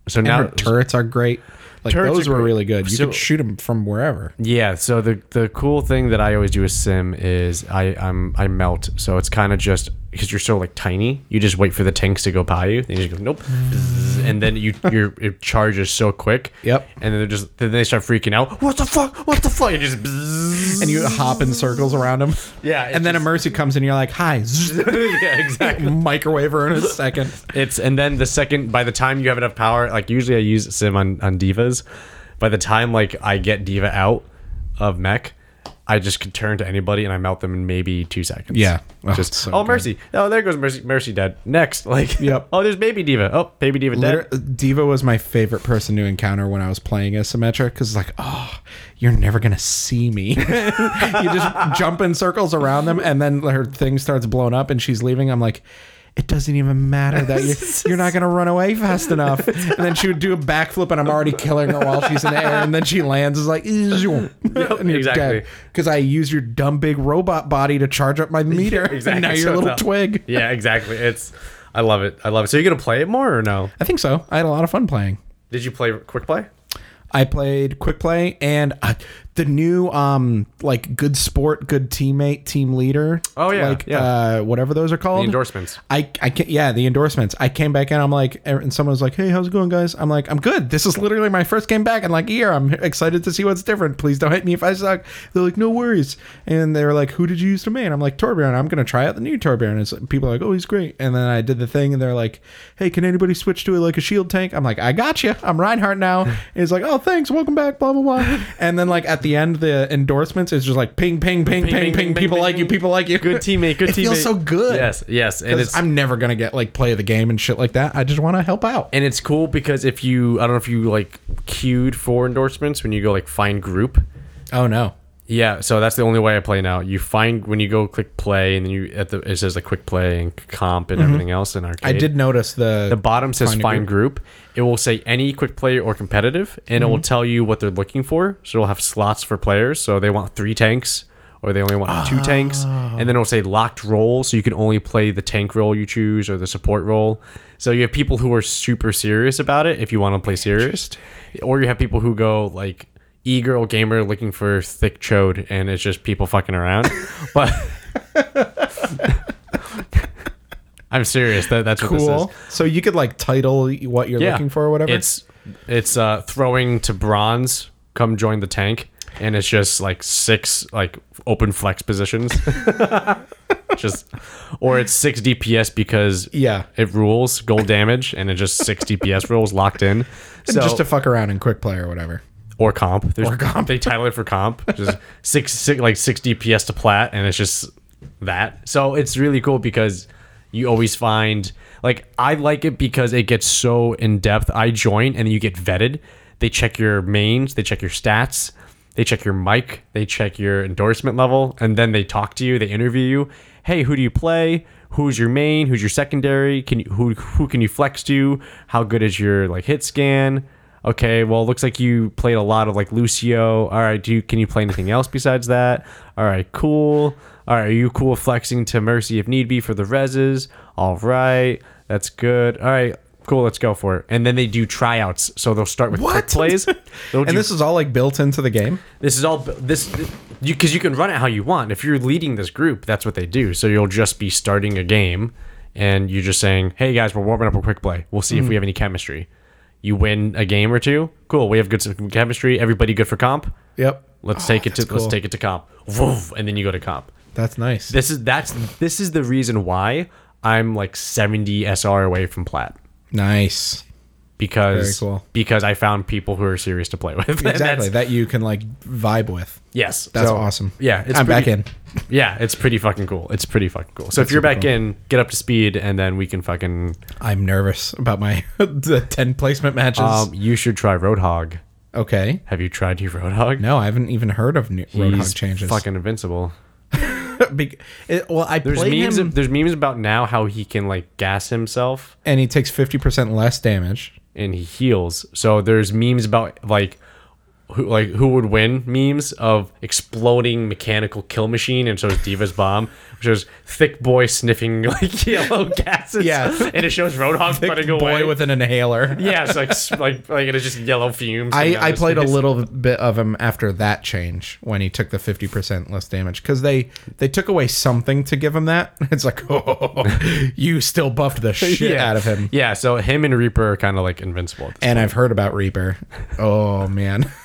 so
and
now.
her turrets are great. Like
Turrets
those
are
were
great.
really good. You
So-
could shoot them from wherever.
yeah, so the the cool thing that I always do with Sim is I I'm I melt, so it's kind of just because you're so like tiny, you just wait for the tanks to go by you, and you just go nope, bzzz, and then you your it charges so quick.
Yep.
And then they just then they start freaking out. What the fuck? What the fuck? You just bzzz.
And you hop in circles around them.
Yeah, it
and then a
just-
mercy comes in. You're
[LAUGHS]
like, "Hi." [LAUGHS]
yeah, exactly.
Microwave her in a second.
It's and then the second by the time you have enough power, like usually I use sim on, on divas. By the time like I get diva out of mech, I just could turn to anybody and I melt them in maybe two seconds.
Yeah. Oh,
just
it's so
oh
good.
mercy, oh there goes mercy, mercy dead. Next, [LAUGHS] like
Yep.
Oh, there's baby diva. Oh, baby diva dead.
Liter- Diva was my favorite person to encounter when I was playing Asymmetra because, like, oh, you're never going to see me. [LAUGHS] you just jump in circles around them, and then her thing starts blowing up and she's leaving. I'm like, it doesn't even matter
[LAUGHS]
that you're, you're not going to run away fast enough. And then she would do a backflip, and I'm already killing her while she's in the air. And then she lands, is like, [LAUGHS]
exactly.
Because I use your dumb big robot body to
[LAUGHS]
charge up my meter.
exactly.
And now you're
So
a little
it's not-
twig.
Yeah, exactly. It's I love it. I love it. So you're gonna play it more or no?
I think so. I had a lot of fun playing.
Did you play quick play?
I played quick play and I, the new um like good sport, good teammate, team leader.
Oh, yeah,
like
yeah.
Uh, whatever those are called.
The endorsements.
I I can yeah the endorsements. I came back in. I'm like, er, and someone was like, "Hey, how's it going, guys?" I'm like, "I'm good. This is literally my first game back in like a year. I'm excited to see what's different. Please don't hit me if I suck." They're like, "No worries." And they were like, "Who did you use to main?" I'm like, "Torbjorn. I'm gonna try out the new Torbjorn." And so- people are like, "Oh, he's great." And then I did the thing, and they're like, "Hey, can anybody switch to like a shield tank?" I'm like, "I got you. I'm
[LAUGHS]
Reinhardt now." and he's like, "Oh, thanks. Welcome back." Blah blah blah. And then like at the end, the endorsements is just like ping ping ping ping ping.
ping, ping,
people
ping,
like you.
ping.
People like you.
Good teammate. Good teammate.
[LAUGHS] It feels so good.
Yes. Yes. And
Because
it's
I'm never gonna get like play the game and shit like that. I just want to help out.
and it's cool because if you, I don't know if you like queued for endorsements when you go like find group.
Oh no,
Yeah, so that's the only way I play now. You find when you go click play, and then you at the it says like quick play and comp and everything else in arcade.
I did notice the,
The bottom says
Find
find,
a
group. It will say any quick play or competitive, and it will
Mhm.
tell you what they're looking for. So it'll have slots for players. So they want three tanks, or they only want two tanks, and then it'll say locked role, so you can only play the tank role you choose or the support role. So you have people who are super serious about it if you want to play serious, or you have people who go like e-girl gamer looking for thick chode, and it's just people fucking
[LAUGHS]
around. but [LAUGHS] I'm serious. That, that's what this is.
cool. So you could like title what you're looking for or whatever.
It's it's uh, throwing to bronze. Come join the tank, and it's just like six like open flex
[LAUGHS]
positions. just or it's six DPS because
Yeah.
it rules gold damage, and it just six DPS rules locked in. So
just to fuck around in quick play or whatever.
or comp There's,
Or comp.
they title it for
[LAUGHS]
comp. Just six, six like six DPS to plat, and it's just that. So it's really cool because you always find like I like it because it gets so in depth. I join and you get vetted. They check your mains, they check your stats, they check your mic, they check your endorsement level, and then they talk to you. They interview you. Hey, who do you play? Who's your main? Who's your secondary? Can you who who can you flex to? How good is your like hit scan? okay well looks like you played a lot of like lucio all right do you can you play anything else besides that all right cool all right are you cool flexing to mercy if need be for the reses all right that's good all right cool let's go for it and then they do tryouts so they'll start with quick
What? [LAUGHS]
plays They'll
And
do-
this is all like built into the game.
this is all this you because you can run it how you want if you're leading this group that's what they do so you'll just be starting a game and you're just saying hey guys we're warming up a quick play we'll see
Mm-hmm.
if we have any chemistry you win a game or two cool we have good some chemistry everybody good for comp
Yep.
let's
Oh,
take it to
that's
let's
cool.
take it to comp Woof, and then you go to comp
That's nice.
this is that's this is the reason why i'm like 70 sr away from plat
nice.
because
Very cool.
because i found people who are serious to play with [LAUGHS] And [LAUGHS] that's-
Exactly. That you can like vibe with.
yes
That's
So,
awesome.
yeah it's
I'm
pretty-
back in.
Yeah, it's pretty fucking cool. It's pretty fucking cool. So if
That's
you're
super
back
cool.
in, get up to speed, and then we can fucking.
I'm nervous about my [LAUGHS] the ten placement matches.
Um, you should try Roadhog.
okay.
Have you tried your Roadhog?
No, I haven't even heard of new
He's
Roadhog changes. [LAUGHS]
Fucking invincible.
Big- it- well, I
There's
played
memes.
him,
There's memes about now how he can like gas himself
and he takes fifty percent less damage.
and he heals. So there's memes about like. Who, like who would win memes of exploding mechanical kill machine and shows Diva's bomb which shows thick boy sniffing [LAUGHS] like yellow gases
Yeah.
and it shows Roadhog running
boy
away
with an inhaler.
[LAUGHS] yeah, it's like s- like like it's just yellow fumes. coming out
I, I
of his
played a
face.
little bit of him after that change when he took the fifty percent less damage because they they took away something to give him that. [LAUGHS] It's like, oh, you still buffed the shit
[LAUGHS] yeah.
out of him.
Yeah, so him and Reaper are kind of like invincible.
And I've heard about Reaper. Oh man, [LAUGHS]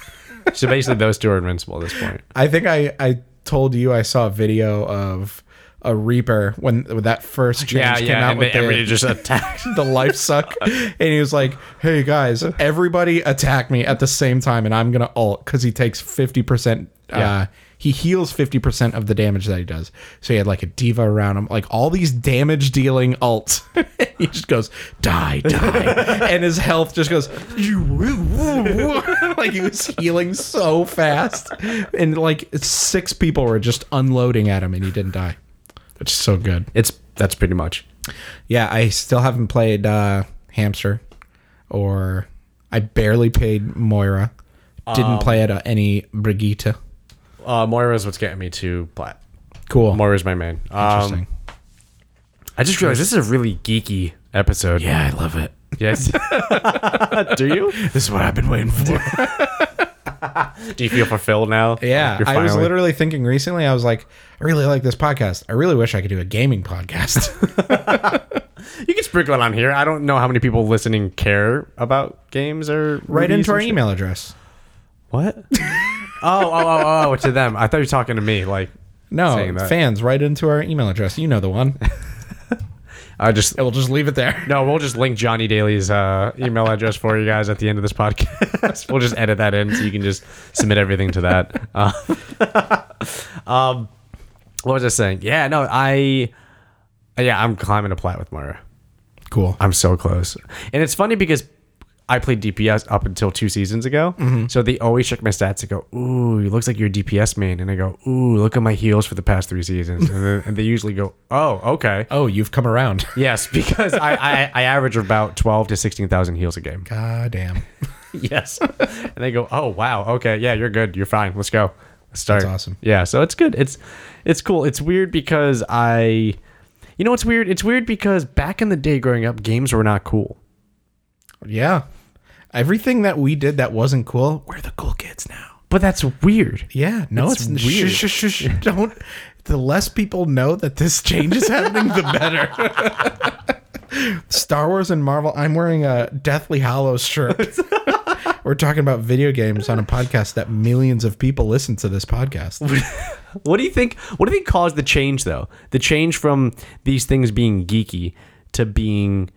So basically, those two are invincible at this point.
I think I I told you I saw a video of a Reaper when, when that first change
Yeah,
came
yeah,
out
and they,
with
everybody
the, [LAUGHS]
just attacks.
the life suck, and he was like, hey guys, everybody attack me at the same time, and I'm gonna ult because he takes fifty percent.
Yeah.
Uh, he heals 50% of the damage that he does. So he had like a diva around him, like all these damage dealing ults. [LAUGHS] he just goes, die, die. and his health just goes, "You woo, woo, [LAUGHS] woo." like he was healing so fast. And like six people were just unloading at him and he didn't die. It's so good.
It's that's pretty much.
Yeah, I still haven't played uh, Hamster, or I barely played Moira. Didn't
Um,
play it, uh, any Brigitte.
Uh, Moira's what's getting me to plat.
Cool.
Moira's my main. Um,
Interesting.
I just realized this is a really geeky episode.
yeah, I love it.
[LAUGHS] Yes. Do you?
This is what I've been waiting for.
Do you feel fulfilled now?
Yeah,
You're
I was
finally-
literally thinking recently. I was like, I really like this podcast. I really wish I could do a
[LAUGHS]
gaming podcast. [LAUGHS]
You can sprinkle it on here. I don't know how many people listening care about games or
right
movies
into our
and shit.
email address.
What? oh, oh, oh, oh, to them. I thought you were talking to me. Like,
No,
Saying that.
fans, right into our email address. You know
[LAUGHS]
the one.
I just
And we'll just leave it there.
no. We'll just link Johnny Daly's uh, email address for you guys at the end of this podcast. [LAUGHS] we'll just edit that in so you can just submit everything to that. Uh, um, [LAUGHS] what was I saying? Yeah, no, I. Yeah, I'm climbing a plat with Mara.
Cool.
I'm so close. And it's funny because I played DPS up until two seasons ago.
Mm-hmm.
So they always check my stats and go, Ooh, it looks like you're a DPS main. And I go, Ooh, look at my heals for the past three seasons. And, then, and they usually go, Oh, okay.
Oh, you've come around.
Yes, [LAUGHS] because I, I, I average about 12 to 16,000 heals a
[LAUGHS]
game.
God damn.
Yes. [LAUGHS] and they go, Oh, wow. Okay. Yeah, you're good. You're fine. Let's go. Let's start.
That's awesome.
Yeah. So it's good. It's, it's cool. It's weird because I, you know, what's weird. It's weird because back in the day growing up, games were not cool.
Yeah. Everything that we did that wasn't cool, we're the cool kids now.
But that's weird.
Yeah, no, it's,
It's weird.
Shh, shh, shh, shh. Don't. The less people know that this change is happening, the better. Star Wars and Marvel. I'm wearing a Deathly
[LAUGHS]
Hollows shirt. We're talking about video games on a podcast that millions of people listen to. This podcast.
What do you think? What do you think caused the change, though? The change from these things being geeky to being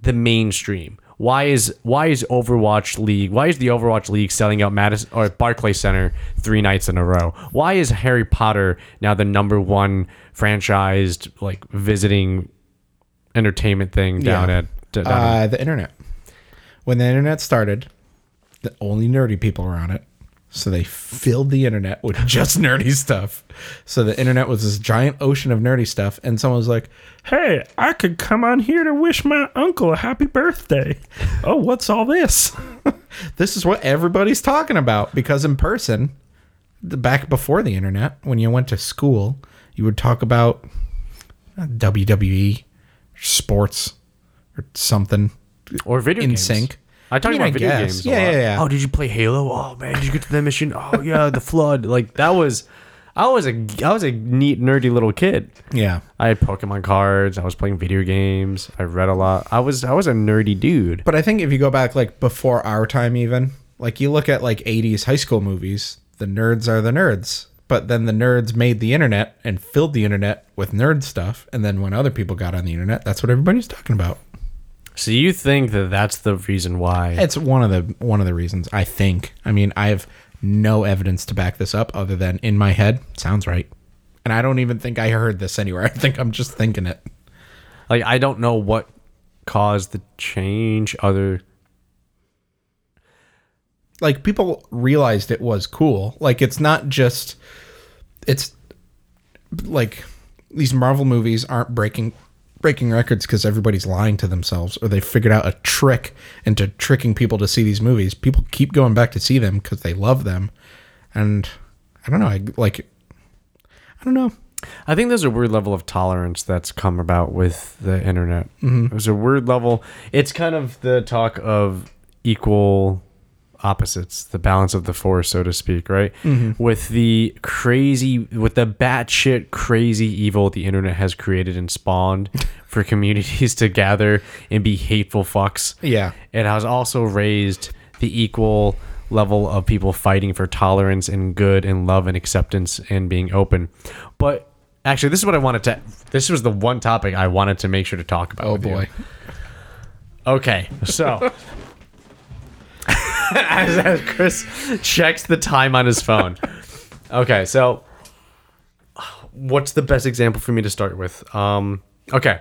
the mainstream. Why is why is Overwatch League? Why is the Overwatch League selling out Madison or Barclay Center three nights in a row? Why is Harry Potter now the number one franchised like visiting entertainment thing down
Yeah.
at down at-
Uh, the internet. When the internet started, the only nerdy people were on it. So they filled the internet with just nerdy stuff. So the internet was this giant ocean of nerdy stuff, and someone was like,
Hey, I could come on here to wish my uncle a happy birthday. Oh, what's all this?
[LAUGHS] this is what everybody's talking about because in person the, back before the internet when you went to school you would talk about uh, wwe sports or something
or video
in
games.
sync
I talk
I mean,
about
I
video
guess.
games. a
Yeah,
lot.
yeah, yeah.
Oh, did you play Halo? Oh man, did you get to the mission? Oh yeah, the flood. Like that was, I was a I was a neat nerdy little kid.
yeah
I had Pokemon cards. I was playing video games. I read a lot. I was I was a nerdy dude.
but i think if you go back like before our time even like you look at like 80s high school movies the nerds are the nerds but then the nerds made the internet and filled the internet with nerd stuff and then when other people got on the internet that's what everybody's talking about
So you think that that's the reason why?
It's one of the one of the reasons I think. I mean, I have no evidence to back this up other than in my head sounds right, and I don't even think I heard this anywhere. [LAUGHS] I think I'm just thinking it.
Like I don't know what caused the change. Other
Like people realized it was cool. Like it's not just it's like these Marvel movies aren't breaking breaking records because everybody's lying to themselves or they figured out a trick into tricking people to see these movies. People keep going back to see them because they love them, and I don't know. I like. I don't know.
I think there's a weird level of tolerance that's come about with the internet. There's a weird level. It's kind of the talk of equal opposites, the balance of the force, so to speak, right? With the crazy, with the batshit crazy evil the internet has created and spawned for communities to gather and be hateful fucks.
Yeah.
It has also raised the equal level of people fighting for tolerance and good and love and acceptance and being open. But actually, this is what I wanted to. This was the one topic I wanted to make sure to talk about.
Oh
with you.
boy.
Okay, so. as, as Chris checks the time on his phone. Okay, so. What's the best example for me to start with? Um, okay,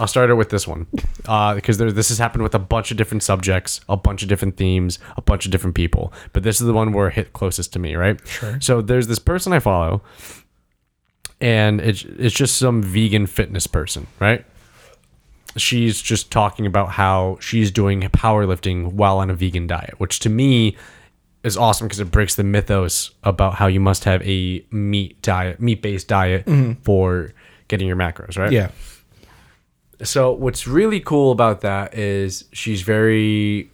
I'll start it with this one uh, because there, this has happened with a bunch of different subjects, a bunch of different themes, a bunch of different people. But this is the one where it hit closest to me, right? Sure. So there's this person I follow, and it's it's just some vegan fitness person, right? she's just talking about how she's doing powerlifting while on a vegan diet, which to me is awesome because it breaks the mythos about how you must have a meat diet, meat based diet for getting your macros, right?
Yeah.
So what's really cool about that is she's very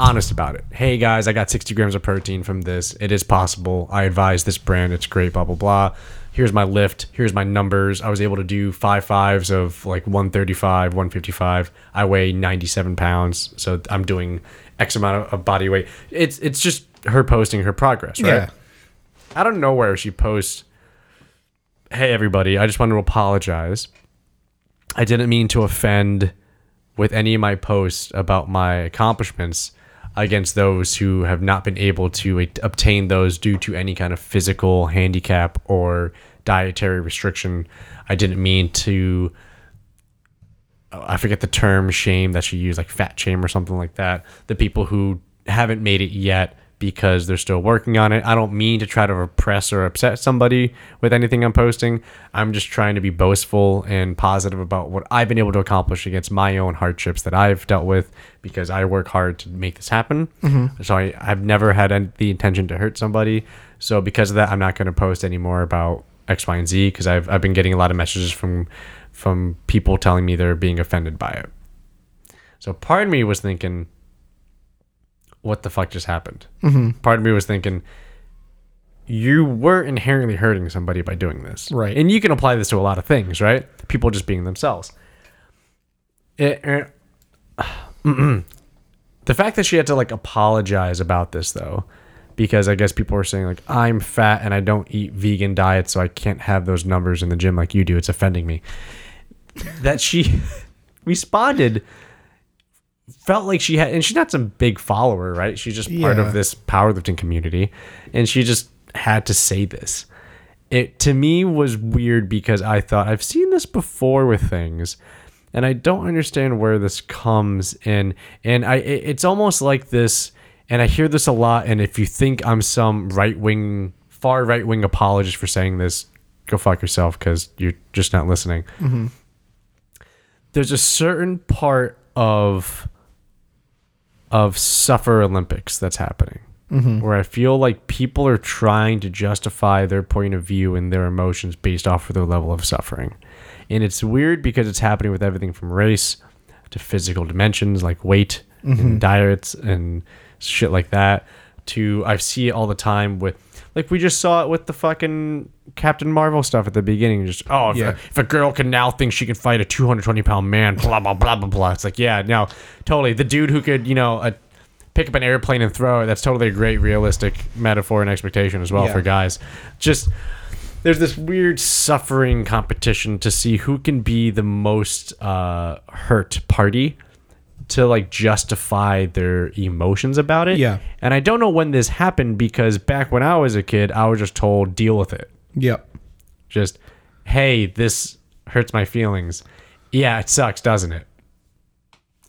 honest about it. Hey guys, I got 60 grams of protein from this. It is possible. I advise this brand. It's great. Blah blah blah. Here's my lift. Here's my numbers. I was able to do five fives of like 135, 155. I weigh 97 pounds, so I'm doing X amount of, of body weight. It's it's just her posting her progress, right?
Yeah.
out of nowhere she posts hey everybody i just want to apologize i didn't mean to offend with any of my posts about my accomplishments against those who have not been able to a- obtain those due to any kind of physical handicap or dietary restriction i didn't mean to I forget the term shame that she used, like fat shame or something like that. The people who haven't made it yet because they're still working on it. I don't mean to try to repress or upset somebody with anything I'm posting. I'm just trying to be boastful and positive about what I've been able to accomplish against my own hardships that I've dealt with because I work hard to make this happen. So I, I've never had any, the intention to hurt somebody. So because of that, I'm not going to post anymore about X, Y, and Z because I've, I've been getting a lot of messages from from people telling me they're being offended by it. So part of me was thinking, what the fuck just happened? Mm-hmm. Part of me was thinking, you were inherently hurting somebody by doing this.
Right.
And you can apply this to a lot of things, right? People just being themselves. It- it- [CLEARS THROAT] the fact that she had to like apologize about this though, because I guess people were saying like I'm fat and I don't eat vegan diet, so I can't have those numbers in the gym like you do. It's offending me. That she [LAUGHS] responded felt like she had, and she's not some big follower, right? She's just part
Yeah.
of this powerlifting community, and she just had to say this. It to me was weird because I thought I've seen this before with things, and I don't understand where this comes in. And I, it- it's almost like this, and I hear this a lot. And if you think I'm some right wing, far right wing apologist for saying this, go fuck yourself because you're just not listening there's a certain part of of suffer olympics that's happening where i feel like people are trying to justify their point of view and their emotions based off of their level of suffering and it's weird because it's happening with everything from race to physical dimensions like weight and diets and shit like that to i see it all the time with like we just saw it with the fucking captain marvel stuff at the beginning just oh if,
Yeah.
a, if a girl can now think she can fight a 220 pound man blah blah blah blah blah it's like yeah no totally the dude who could you know a, pick up an airplane and throw it that's totally a great realistic metaphor and expectation as well
Yeah.
for guys just there's this weird suffering competition to see who can be the most uh, hurt party to like justify their emotions about it.
Yeah.
And I don't know when this happened because back when I was a kid, I was just told deal with it.
Yep.
Just hey, this hurts my feelings. Yeah, it sucks, doesn't it?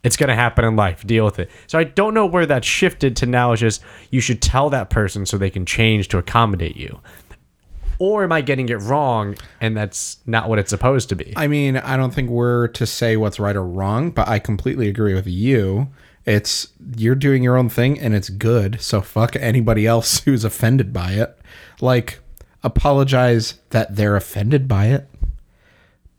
It's gonna happen in life. Deal with it. So I don't know where that shifted to now. It's just you should tell that person so they can change to accommodate you. Or am I getting it wrong? And that's not what it's supposed to be.
I mean, I don't think we're to say what's right or wrong, but I completely agree with you. It's you're doing your own thing and it's good, so fuck anybody else [LAUGHS] who's offended by it. Like apologize that they're offended by it.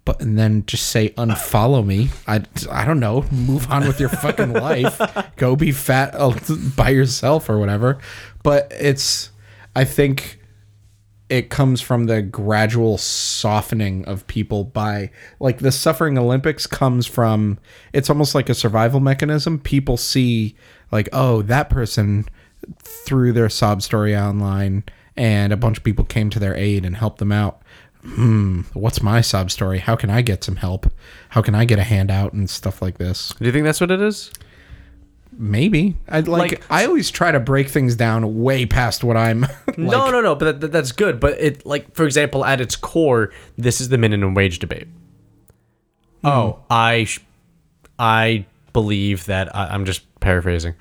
But and then just say unfollow me. I, I don't know. Move on with your fucking life. Go be fat uh, by yourself or whatever. But it's I think it comes from the gradual softening of people by like the suffering olympics comes from it's almost like a survival mechanism people see like oh that person threw their sob story online and a bunch of people came to their aid and helped them out hmm what's my sob story how can i get some help how can i get a handout and stuff like this
Do you think that's what it is?
maybe i like,
Like-
i always try to break things down way past what i'm like,
no, no, no. But that- that, that's good. But it, like, for example, at its core, this is the minimum wage debate. Oh, I, sh- I believe that I, I'm just paraphrasing.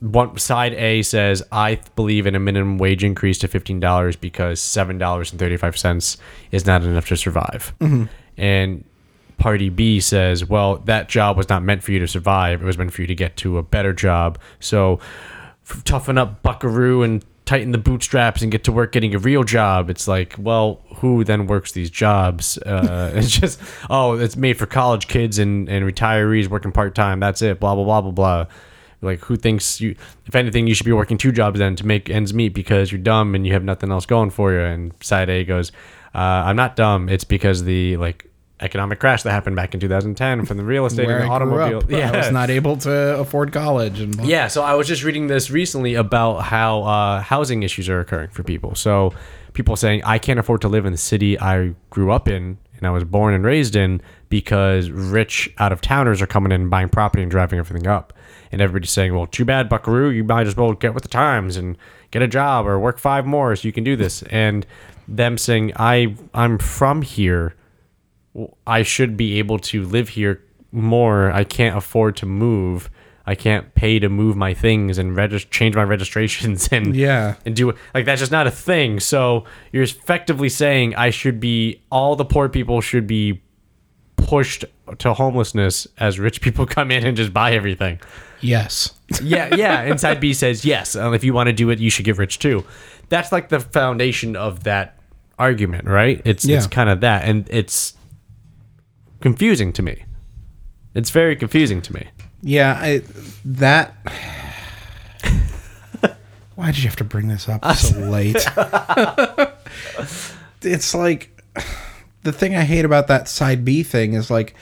One side A says I th- believe in a minimum wage increase to fifteen dollars because seven dollars and thirty five cents is not enough to survive. And Party B says, well, that job was not meant for you to survive. It was meant for you to get to a better job. So f- toughen up, buckaroo, and tighten the bootstraps and get to work getting a real job. It's like, well, who then works these jobs? Uh, [LAUGHS] it's just, oh, it's made for college kids and, and retirees working part time. That's it, blah, blah, blah, blah, blah. Like, who thinks you? If anything, you should be working two jobs then to make ends meet because you're dumb and you have nothing else going for you. And side A goes, uh, "I'm not dumb. It's because the like economic crash that happened back in 2010 from the real estate
Where
and the
I grew
automobile.
up,
Yeah,
I was not able to afford college, and blah.
yeah, so I was just reading this recently about how uh, housing issues are occurring for people. So people saying, I can't afford to live in the city I grew up in and I was born and raised in because rich out of towners are coming in and buying property and driving everything up. And everybody's saying, well, too bad, Buckaroo, you might as well get with the times and get a job or work five more so you can do this. And them saying, I, I'm from here. I should be able to live here more. I can't afford to move. I can't pay to move my things and regis- change my [LAUGHS] registrations and
Yeah.
and do like that's just not a thing. So you're effectively saying I should be all the poor people should be pushed to homelessness as rich [LAUGHS] people come in and just buy everything.
Yes.
Yeah, yeah. Inside B says yes. uh, If you want to do it, you should get rich too. That's like the foundation of that argument, right? It's it's
Yeah.
kind of that, and it's confusing to me. It's very confusing to me.
Yeah, I that. [SIGHS] Why did you have to bring this up [LAUGHS] so late? it's like the thing I hate about that side B thing is like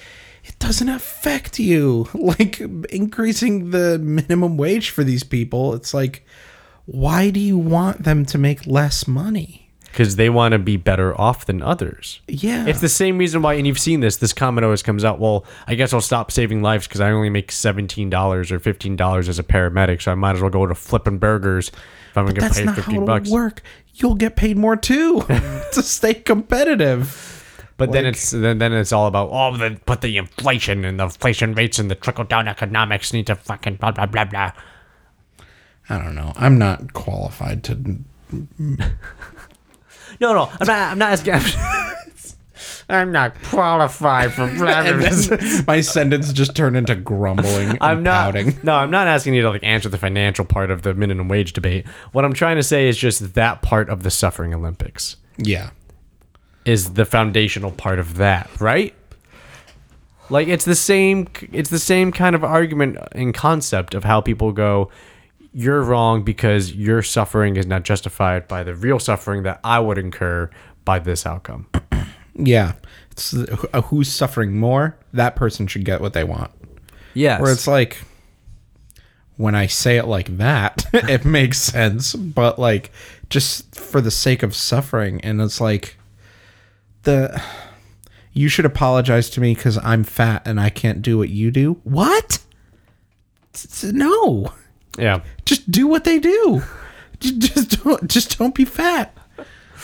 it doesn't affect you. [LAUGHS] Like increasing the minimum wage for these people, it's like why do you want them to make less money?
Because they want to be better off than others.
Yeah.
It's the same reason why, and you've seen this. This comment always comes out. Well, I guess I'll stop saving lives because I only make seventeen dollars or fifteen dollars as a paramedic, so I might as well go to flipping burgers if I'm going to
that's
pay
not how
fifteen
it'll
bucks.
work. You'll get paid more [LAUGHS] too to stay competitive.
But then
Like-
it's then, then it's all about oh the but the inflation and the inflation rates and the trickle down economics need to fucking blah blah blah blah.
I don't know. I'm not qualified [LAUGHS] to
No, no, I'm not. I'm [LAUGHS] not asking. I'm not qualified
[LAUGHS]
for blah, blah,
and
blah.
then my sentence just turned into grumbling. And
I'm not.
pouting.
[LAUGHS] No, I'm not asking you to like answer the financial part of the minimum wage debate. What I'm trying to say is just that part of the suffering Olympics
Yeah,
is the foundational part of that, right? Like it's the same it's the same kind of argument and concept of how people go you're wrong because your suffering is not justified by the real suffering that I would incur by this outcome.
yeah. It's uh, who's suffering more. That person should get what they want.
Yes.
Where it's like, when I say it like that, [LAUGHS] it makes sense. But like, just for the sake of suffering, and it's like, the you should apologize to me because I'm fat and I can't do what you do. What? It's- it's- No.
yeah.
just do what they do. [LAUGHS] J- Just don't, just don't be fat.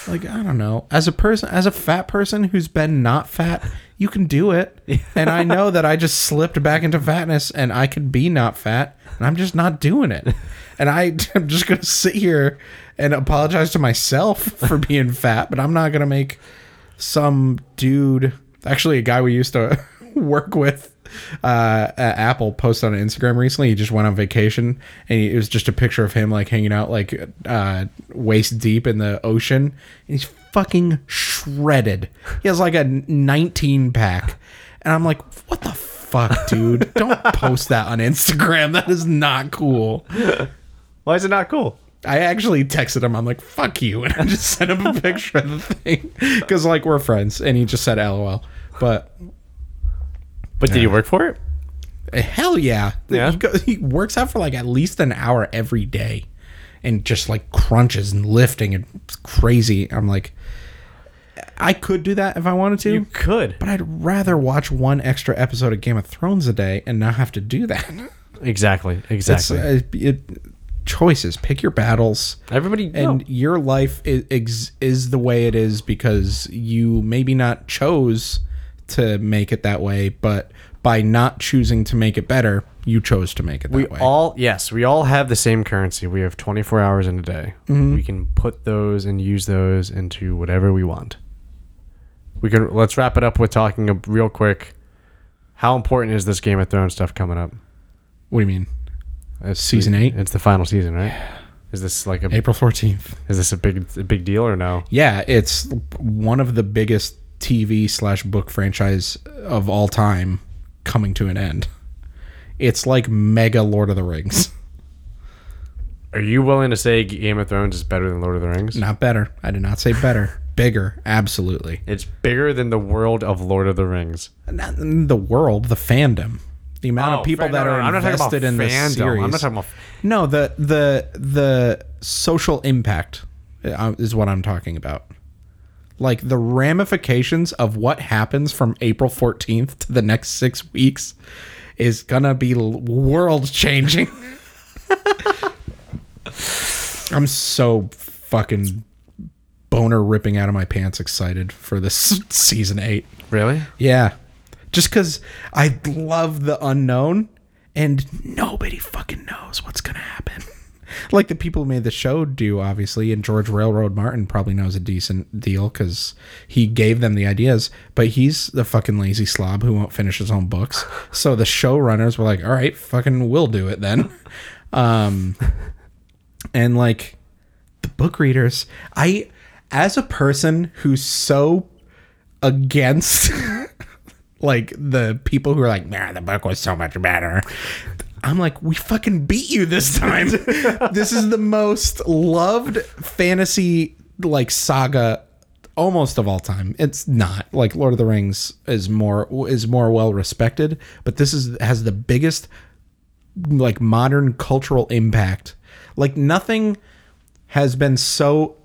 Like I don't know. As a person, as a fat person who's been not fat, you can do it. And I know that I just slipped back into fatness, and I could be not fat, and I'm just not doing it. And I, [LAUGHS] I'm just gonna sit here and apologize to myself for being fat, but I'm not gonna make some dude, actually a guy we used to [LAUGHS] work with uh, at Apple, posted on Instagram recently. He just went on vacation, and it was just a picture of him like hanging out like uh, waist deep in the ocean. And he's fucking shredded. He has like a 19 pack, and I'm like, what the fuck, dude? Don't post that on Instagram. That is not cool.
Why is it not cool?
I actually texted him. I'm like, "Fuck you," [LAUGHS] and I just sent him a picture of the thing [LAUGHS] because like we're friends, and he just said "LOL." But
But did you work for it?
uh, hell yeah,
Yeah.
He, go- he works out for like at least an hour every day, and just like crunches and lifting and it's crazy. I'm like, I could do that if I wanted to,
You could.
but I'd rather watch one extra episode of Game of Thrones a day and not have to do that. [LAUGHS]
Exactly.
That's
Exactly.
uh, it, choices. Pick your battles.
Everybody
and
no.
your life is, ex- is the way it is because you maybe not chose to make it that way but by not choosing to make it better you chose to make it that
we
way
all yes we all have the same currency we have 24 hours in a day
Mm-hmm.
we can put those and use those into whatever we want we can let's wrap it up with talking ab- real quick how important is this game of thrones stuff coming up
what do you mean
it's
Season
the-
eight?
it's the final season right is this like a
april 14th
is this a big a big deal or no
yeah it's one of the biggest tv slash book franchise of all time coming to an end It's like mega Lord of the Rings. [LAUGHS]
Are you willing to say Game of Thrones is better than Lord of the Rings?
Not better. I did not say better. Bigger. Absolutely.
It's bigger than the world of Lord of the Rings.
Not in the world, the fandom. The amount
Oh,
of people
fair-
that
no, no,
are
no, I'm not talking about
invested in this
fandom.
series.
I'm not talking about-
No, the the the social impact uh, is what I'm talking about. Like the ramifications of what happens from April 14th to the next 6 weeks is gonna be world changing. [LAUGHS] I'm so fucking boner ripping out of my pants excited for this [LAUGHS] season 8.
Really?
Yeah. Just because I love the unknown and nobody fucking knows what's going to happen. [LAUGHS] like the people who made the show do, obviously, and George Railroad Martin probably knows a decent deal because he gave them the ideas, but he's the fucking lazy slob who won't finish his own books. so the showrunners were like, all right, fucking we'll do it then. Um, and like the book readers, I, as a person who's so against [LAUGHS] like the people who are like, nah, the book was so much better. I'm like, we fucking beat you this time. this is the most loved fantasy like saga almost of all time. It's not like Lord of the Rings is more is more well respected, but this is has the biggest like modern cultural impact. Like nothing has been so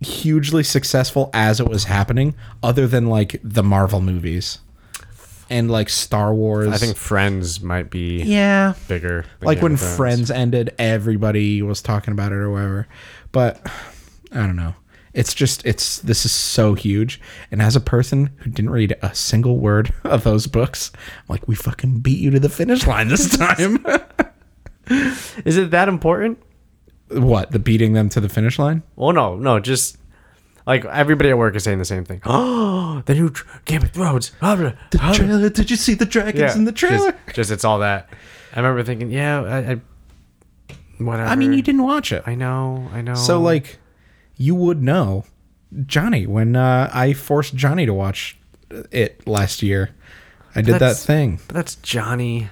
hugely successful as it was happening, other than like the Marvel movies and like Star Wars.
I think Friends might be
yeah,
bigger. than
like
Game
when
of Thrones.
Friends ended, everybody was talking about it or whatever. But I don't know. It's just it's this is so huge. And as a person who didn't read a single word [LAUGHS] of those books, I'm like we fucking beat you to the finish
[LAUGHS]
line this time.
Is it that important?
what the beating them to the finish line?
Well, no, no, just like everybody at work is saying the same thing. [GASPS] Oh, the new tr- Game of Thrones. blah, blah, blah."
Trailer? Did you see the dragons
Yeah,
in the trailer?
Just, just it's all that. I remember thinking, yeah, I, I whatever.
I mean, you didn't watch it.
I know, I know.
So like, you would know, Johnny. When uh, I forced Johnny to watch it last year, I did that
That's-
thing.
but that's Johnny.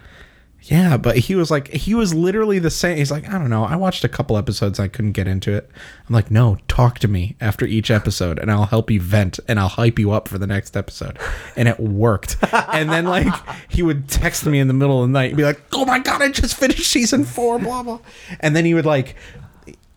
Yeah, but he was like, he was literally the same. He's like, I don't know. I watched a couple episodes. I couldn't get into it. I'm like, no, talk to me after each episode, and I'll help you vent, and I'll hype you up for the next episode. And it worked. and then like he would text me in the middle of the night and be like, Oh my god, I just finished season four, blah blah. And then he would like.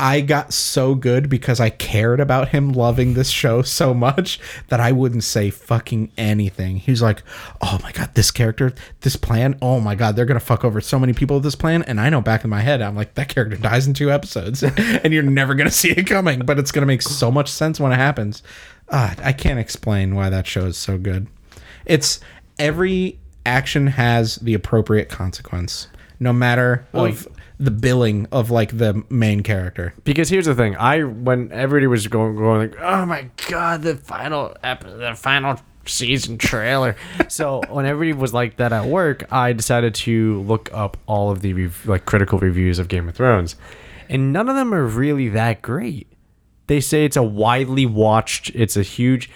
I got so good because I cared about him loving this show [LAUGHS] so much that I wouldn't say fucking anything. He was like, "Oh my god, this character, this plan. Oh my god, they're gonna fuck over so many people with this plan." And I know back in my head, I'm like, "That character dies in two episodes, [LAUGHS] and you're never gonna see it coming." But it's gonna make so much sense when it happens. Ah, I can't explain why that show is so good. It's every action has the appropriate consequence, no matter of the billing of like the main character.
Because here's the thing, I when everybody was going going like, oh my god, the final ep- the final season trailer. so when everybody was like that at work, I decided to look up all of the rev- like critical reviews of Game of Thrones, and none of them are really that great. They say it's a widely watched, it's a huge.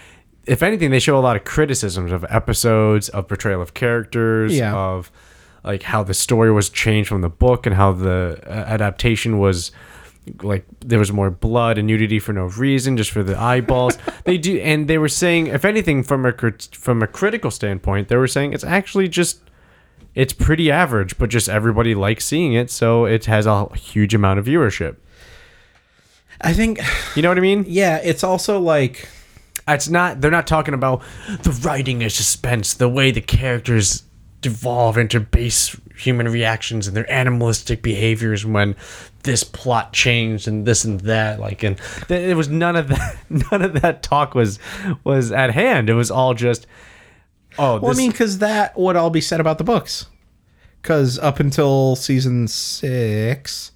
If anything, they show a lot of criticisms of episodes, of portrayal of characters,
Yeah.
of like how the story was changed from the book and how the uh, adaptation was like there was more blood and nudity for no reason just for the eyeballs they do and they were saying if anything from a crit- from a critical standpoint they were saying it's actually just it's pretty average but just everybody likes seeing it so it has a huge amount of viewership
I think,
you know what i mean
yeah, it's also like
it's not they're not talking about the writing is suspense the way the characters devolve into base human reactions and their animalistic behaviors when this plot changed and this and that like and th- it was none of [LAUGHS] that none of that talk was was at hand it was all just oh
well,
this,
I mean, because that would all be said about the books. Because up until season six,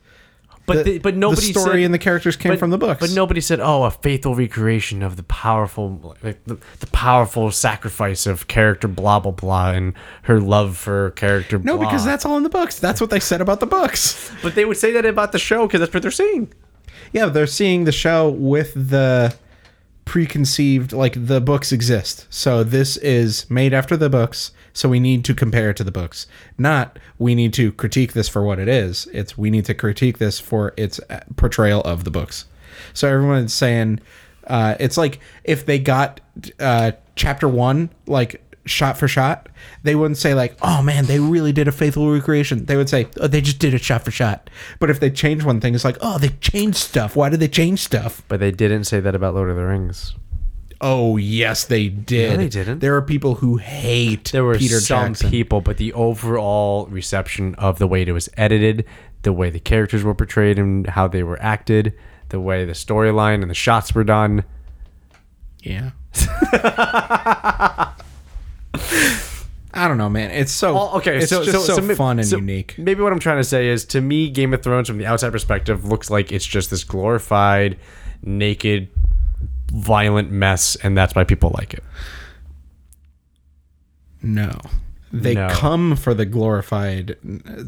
but
the-
the, but nobody
the story
said-
and the characters came from the books.
But nobody said, "Oh, a faithful recreation of the powerful, like the, the powerful sacrifice of character blah blah blah, and her love for character."
no,
blah.
because that's all in the books. That's what they said about the books.
But they would say that about the show because that's what they're seeing.
Yeah, they're seeing the show with the preconceived like the books exist. So this is made after the books, so we need to compare it to the books. Not we need to critique this for what it is. It's we need to critique this for its uh, portrayal of the books. So everyone's saying uh, it's like if they got uh, chapter one like shot for shot, they wouldn't say like, "Oh man, they really did a faithful recreation." They would say, "Oh, they just did it shot for shot." But if they change one thing, it's like, "Oh, they changed stuff. Why did they change stuff?"
But they didn't say that about Lord of the Rings.
Oh yes, they did.
No, they didn't.
There are people who hate
There were
Peter
some
Jackson.
people, but the overall reception of the way it was edited, the way the characters were portrayed and how they were acted, the way the storyline and the shots were done.
yeah. [LAUGHS] I don't know, man. It's so
Well, okay,
It's
so,
just so,
so, ma-
fun and
so
unique.
Maybe what I'm trying to say is, to me, Game of Thrones from the outside perspective looks like it's just this glorified, naked, violent mess, and that's why people like it.
No, they
No.
come for the glorified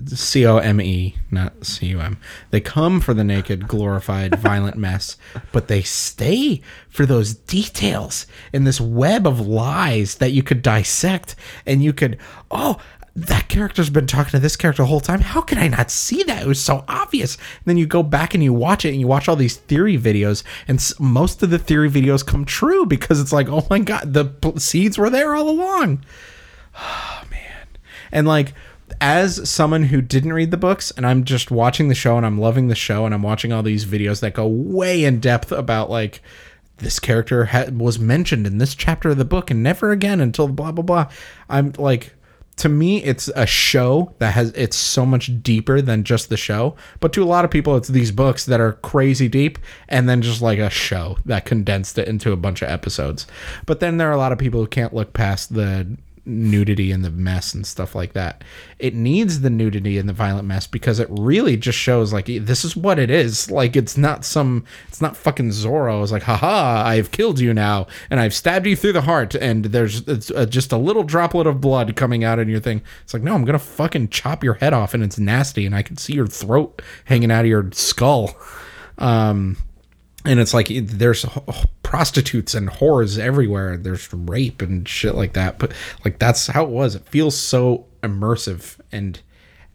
C O M E, not C U M. They come for the naked, glorified, violent mess, but they stay for those details and this web of lies that you could dissect and you could, oh, that character's been talking to this character the whole time. How could I not see that? It was so obvious. And then you go back and you watch it and you watch all these theory videos, and s- most of the theory videos come true because it's like, oh my God, the pl- seeds were there all along. And like as someone who didn't read the books and I'm just watching the show and I'm loving the show and I'm watching all these videos that go way in depth about like this character ha- was mentioned in this chapter of the book and never again until blah blah blah. I'm like to me it's a show that has it's so much deeper than just the show, but to a lot of people it's these books that are crazy deep and then just like a show that condensed it into a bunch of episodes. But then there are a lot of people who can't look past the nudity and the mess and stuff like that. It needs the nudity and the violent mess because it really just shows like this is what it is. Like it's not some it's not fucking Zorro. It's like haha, I've killed you now and I've stabbed you through the heart and there's it's, uh, just a little droplet of blood coming out in your thing. It's like no, I'm going to fucking chop your head off and it's nasty and I can see your throat hanging out of your skull. [LAUGHS] Um and it's like it- there's h- prostitutes and whores everywhere there's rape and shit like that but like that's how it was it feels so immersive and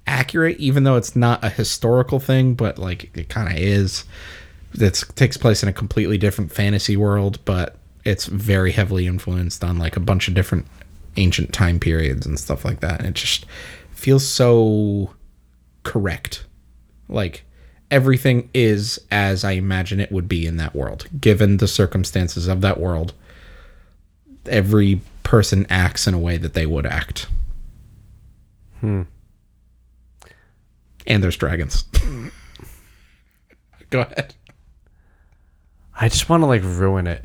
accurate even though it's not a historical thing but like it kind of is it takes place in a completely different fantasy world but it's very heavily influenced on like a bunch of different ancient time periods and stuff like that and it just feels so correct like everything is as i imagine it would be in that world given the circumstances of that world every person acts in a way that they would act
Hmm.
hmm and there's dragons [LAUGHS] go ahead
I just want to like ruin it.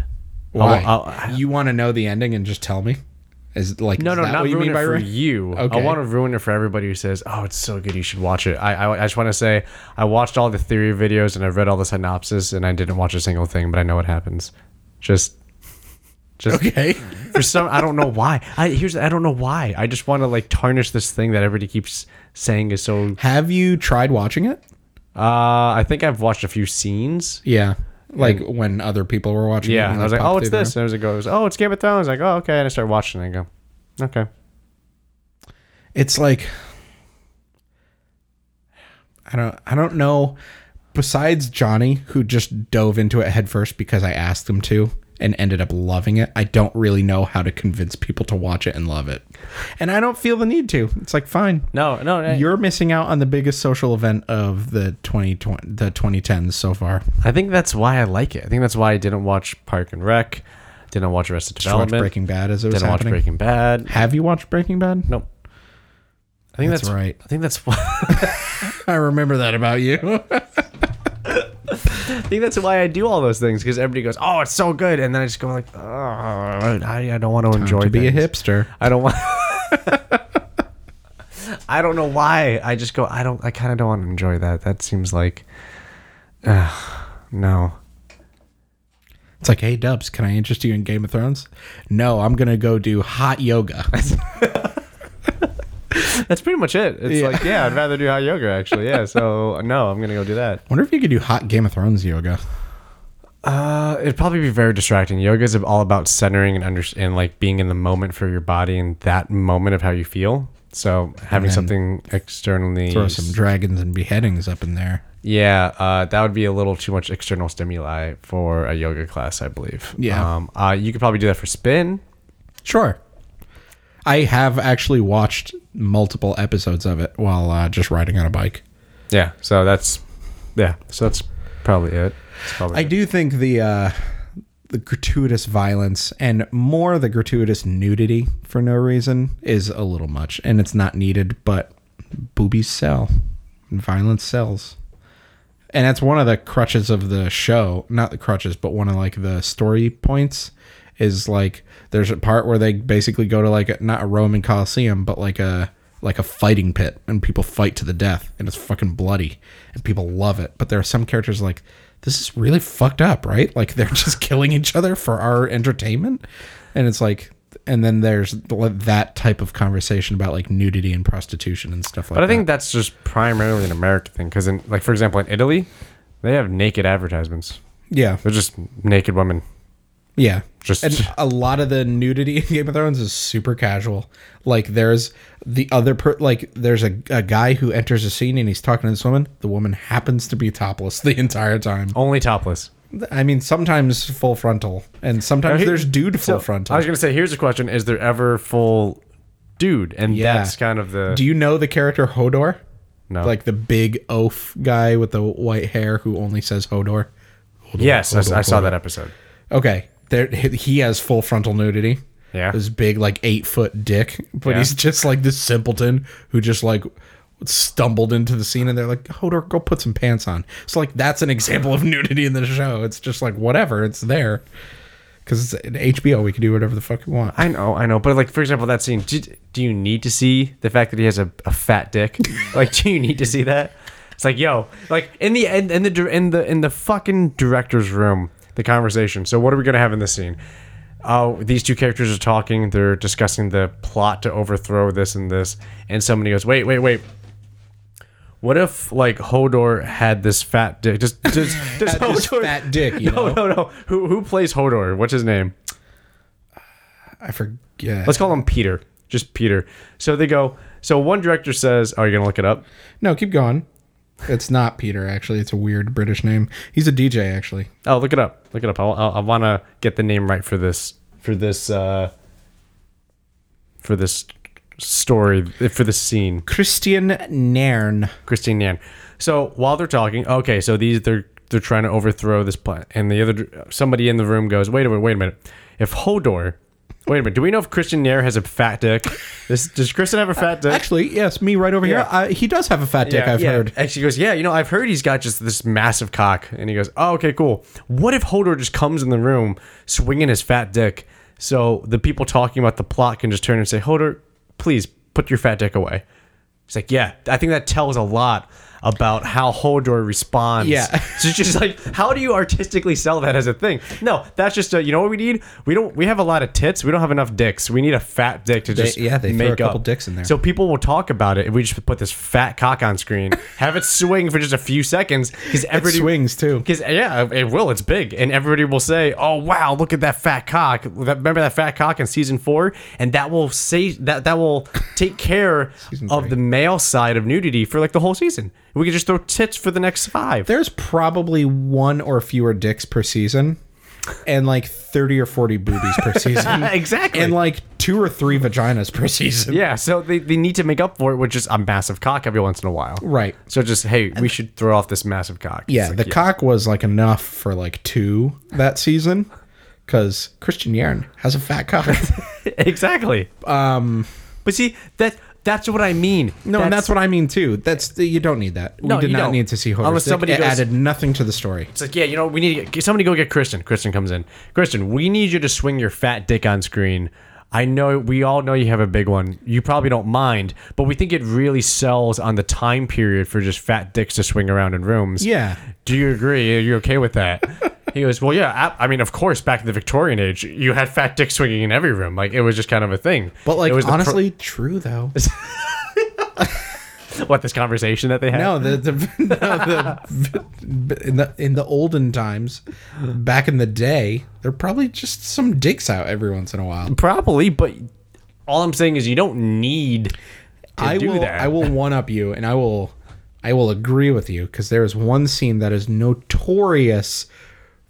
I'll-
why
I'll- I-
you want to know the ending and just tell me is like
no,
is
no,
that
not
what you
ruin
mean
it
by
for
ru-
you. I
Okay.
want to ruin it for everybody who says, "Oh, it's so good, you should watch it." I, I, I just want to say, I watched all the theory videos and I read all the synopsis, and I didn't watch a single thing, but I know what happens. Just, just
[LAUGHS] okay
for some i don't know [LAUGHS] why i here's i don't know why i just want to like tarnish this thing that everybody keeps saying is so
have you tried watching it
uh i think i've watched a few scenes
yeah like when other people were watching it
yeah
and
i was
they
like
popped
oh it's
through there.
this and i was like goes, oh it's game of thrones like oh okay and i start watching it and I go okay
it's like I don't I don't know besides Johnny who just dove into it headfirst because I asked him to and ended up loving it. I don't really know how to convince people to watch it and love it. And I don't feel the need to. It's like fine.
no no no.
You're missing out on the biggest social event of the 2020 the 2010s so far.
i think that's why i like it i think that's why i didn't watch park and rec didn't watch arrested
Did you watch
development
Breaking Bad as it was
didn't watch
happening.
breaking bad
Have you watched Breaking Bad?
nope i think
That's
that's,
right.
i think that's [LAUGHS] why
[LAUGHS] I remember that about you.
I think that's why I do all those things because everybody goes, "Oh, it's so good," and then I just go like, "Oh, I, I don't want to enjoy."
[LAUGHS] to be a
things.
hipster.
I don't want. [LAUGHS] I don't know why. I just go. I don't. I kind of don't want to enjoy that. That seems like. Uh, no.
It's like, hey Dubs, can I interest you in Game of Thrones? No, I'm gonna go do hot [LAUGHS] yoga.
That's pretty much it. It's like, yeah, I'd rather do hot yoga actually. Yeah. So no, I'm gonna go do that.
wonder if you could do hot Game of Thrones yoga.
Uh, it'd probably be very distracting. Yoga is all about centering and under and like being in the moment for your body and that moment of how you feel. So having
then
something externally,
Throw some dragons and beheadings up in there.
yeah, uh, that would be a little too much external stimuli for a yoga class, I believe.
Yeah.
Um, uh, you could probably do that for spin.
Sure. I have actually watched multiple episodes of it while uh, just riding on a bike.
Yeah. So that's, yeah. So that's probably it. That's probably
I
it.
do think the uh, the gratuitous violence and more the gratuitous nudity for no reason is a little much, and it's not needed. But boobies sell, and violence sells, and that's one of the crutches of the show. Not the crutches, but one of like the story points is like there's a part where they basically go to like a, not a Roman Coliseum, but like a like a fighting pit and people fight to the death and it's fucking bloody and people love it but there are some characters like this is really fucked up right like they're [LAUGHS] just killing each other for our entertainment and it's like and then there's that type of conversation about like nudity and prostitution and stuff like
But I
that
think that's just primarily an American thing because, in like for example, in Italy, they have naked advertisements.
yeah
They're just naked women.
Yeah.
Just-
and a lot of the nudity in [LAUGHS] Game of Thrones is super casual. Like there's the other per like there's a, a guy who enters a scene and he's talking to this woman. The woman happens to be topless [LAUGHS] the entire time.
Only topless.
I mean sometimes full frontal and sometimes
he-
there's dude
So,
full frontal.
I was gonna say, here's a question: Is there ever full dude? And
Yeah.
that's kind of the
Do you know the character Hodor?
no.
Like the big oaf guy with the white hair who only says Hodor. Hodor,
yes, I,
Hodor,
I saw
Hodor.
that episode.
Okay, there he he has full frontal nudity.
Yeah.
this big like eight foot dick, but
Yeah.
he's just like this simpleton who just like stumbled into the scene, and they're like, "Hodor, go put some pants on." So like that's an example of [LAUGHS] nudity in the show. It's just like whatever, it's there because it's an HBO. We can do whatever the fuck we [LAUGHS] want.
I know, I know, but like for example, that scene. Do, do you need to see the fact that he has a, a fat
[LAUGHS]
dick? like, do you need to see that? It's like, yo, like in the end, in the dir- in the in the fucking director's room, the conversation. So what are we gonna have in this scene? Oh, these two characters are talking. They're discussing the plot to overthrow this and this. And somebody goes, wait, wait, wait. What if like Hodor had this fat dick? Does
[LAUGHS]
does, does
Had this
Hodor
fat dick, you
[LAUGHS] no, no,
know?
no. Who who plays Hodor? What's his name?
I forget.
Let's call him Peter. Just Peter. So they go. So one director says, "Are you gonna look it up?"
no, keep going. It's not Peter. Actually, it's a weird British name. He's a DJ. Actually,
Oh, look it up. Look it up. I, I, I want to get the name right for this. For this. uh For this story. For this scene.
Christian Nairn.
Christine Yan. So while they're talking, okay, so these they're they're trying to overthrow this plan, and the other somebody in the room goes, "Wait a minute, wait a minute. If Hodor, wait a minute, do we know if Christian Nair has a fat dick? This does Kristen have a fat dick?
Actually, yes, me right over
Yeah.
here. Uh, he does have a fat dick. I've heard.
And she goes, Yeah, you know, I've heard he's got just this massive cock. And he goes, Oh, okay, cool. What if Hodor just comes in the room swinging his fat dick? So the people talking about the plot can just turn and say, Hodor, please put your fat dick away. It's like, Yeah, I think that tells a lot about how Hodor responds.
Yeah.
[LAUGHS] so it's just like, how do you artistically sell that as a thing? No, that's just a, you know what we need? We don't, we have a lot of tits. We don't have enough dicks. We need a fat dick to
They-
just
yeah, they throw
make
a couple
up.
dicks in there.
So people will talk about it if we just put this fat cock on
[LAUGHS]
screen, have it swing for just a few seconds because everybody
swings, too.
Because yeah, it will. It's big, and everybody will say, "Oh wow, look at that fat cock!" That- Remember that fat cock in season four, and that will say that that will take
[LAUGHS]
care of the male side of nudity for like the whole season. We could just throw tits for the next five.
There's probably one or fewer dicks per season, and like thirty or forty boobies
[LAUGHS]
per season,
exactly.
and like two or three vaginas per season.
yeah, so they, they need to make up for it with just a massive cock every once in a while.
Right.
So just hey, we should throw off this massive cock. It's
Yeah,
like,
the cock was like enough for like two that season, because Christian Yarn has a
[LAUGHS]
fat cock. [LAUGHS]
exactly. Um, but see that that's what I mean.
No, and that's what I mean too. That's the, you don't need that. We
No,
did
you
not
don't.
need to see Hodor's
Unless
dick.
somebody
it
goes-
added nothing to the story.
it's like. Yeah, you know, we need to get, somebody go get Kristen. Kristen comes in. Kristen, we need you to swing your fat dick on screen. I know we all know you have a big one. You probably don't mind, but we think it really sells on the time period for just fat dicks to swing around in rooms.
Yeah.
Do you agree? Are you okay with that? [LAUGHS] he goes, Well, yeah. I, I mean, of course, back in the Victorian age, you had fat dicks swinging in every room. Like, it was just kind of a thing.
But like
It was the pro-
honestly, true though.
[LAUGHS] what this conversation that they had?
No, the, the, [LAUGHS] no, the in the in the olden times, back in the day, there probably just some dicks out every once in a while.
probably. But all I'm saying is you don't need to
I
do
will
that. [LAUGHS]
I will one up you, and I will I will agree with you because there is one scene that is notorious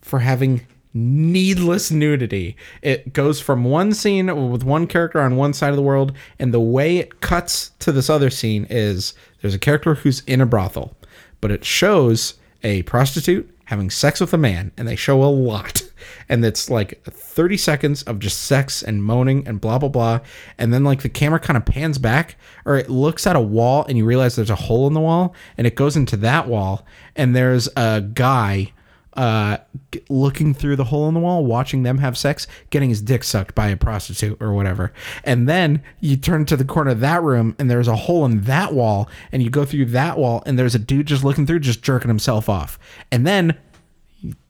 for having needless nudity. It goes from one scene with one character on one side of the world, and the way it cuts to this other scene is there's a character who's in a brothel, but it shows a prostitute having sex with a man, and they show a lot. And it's like 30 seconds of just sex and moaning and blah, blah, blah. And then, like, the camera kind of pans back or it looks at a wall and you realize there's a hole in the wall and it goes into that wall. And there's a guy uh, g- looking through the hole in the wall, watching them have sex, getting his dick sucked by a prostitute or whatever. And then you turn to the corner of that room, and there's a hole in that wall, and you go through that wall, and there's a dude just looking through, just jerking himself off. And then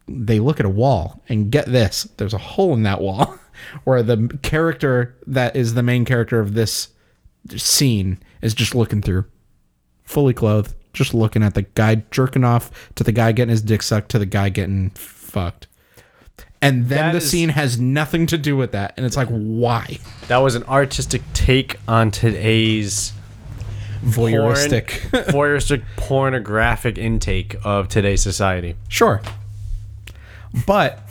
they look at a wall, and get this there's a hole in that wall [LAUGHS] where the m- character that is the main character of this scene is just looking through fully clothed, just looking at the guy jerking off to the guy getting his dick sucked to the guy getting fucked. And then
That
the
is-
scene has nothing to do with that. And it's like, why?
that was an artistic take on today's
Voyeuristic. [LAUGHS]
porn, [LAUGHS] voyeuristic pornographic intake of today's society.
Sure. But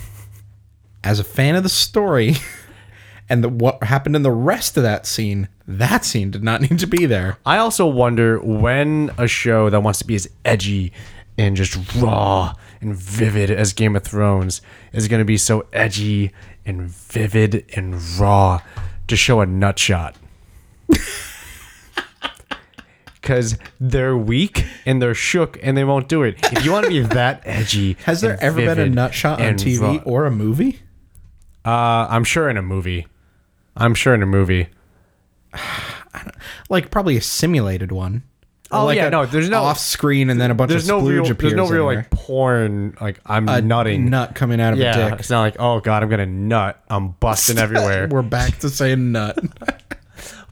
as a fan of the story [LAUGHS] and the, what happened in the rest of that scene, that scene did not [LAUGHS] need to be there.
I also wonder when a show that wants to be as edgy and just raw and vivid as Game of Thrones is going to be so edgy and vivid and raw to show a nut shot. [LAUGHS] Because they're weak and they're shook and they won't do it. If you want
[LAUGHS]
to be that edgy,
Has there
and
ever been a
vivid
nut shot on
and
TV
raw-
or a movie?
Uh, I'm sure in a movie. I'm sure in a movie.
Like probably a simulated one.
Oh,
like
yeah,
a
no, there's no-
off screen and then a bunch
There's no
of splooge
real. There's
appears
no
in
real
there.
like porn. Like I'm nutting.
nut coming out of
Yeah,
a dick.
it's not like oh god, I'm gonna nut. I'm
[LAUGHS]
busting everywhere.
We're back to
[LAUGHS]
saying nut.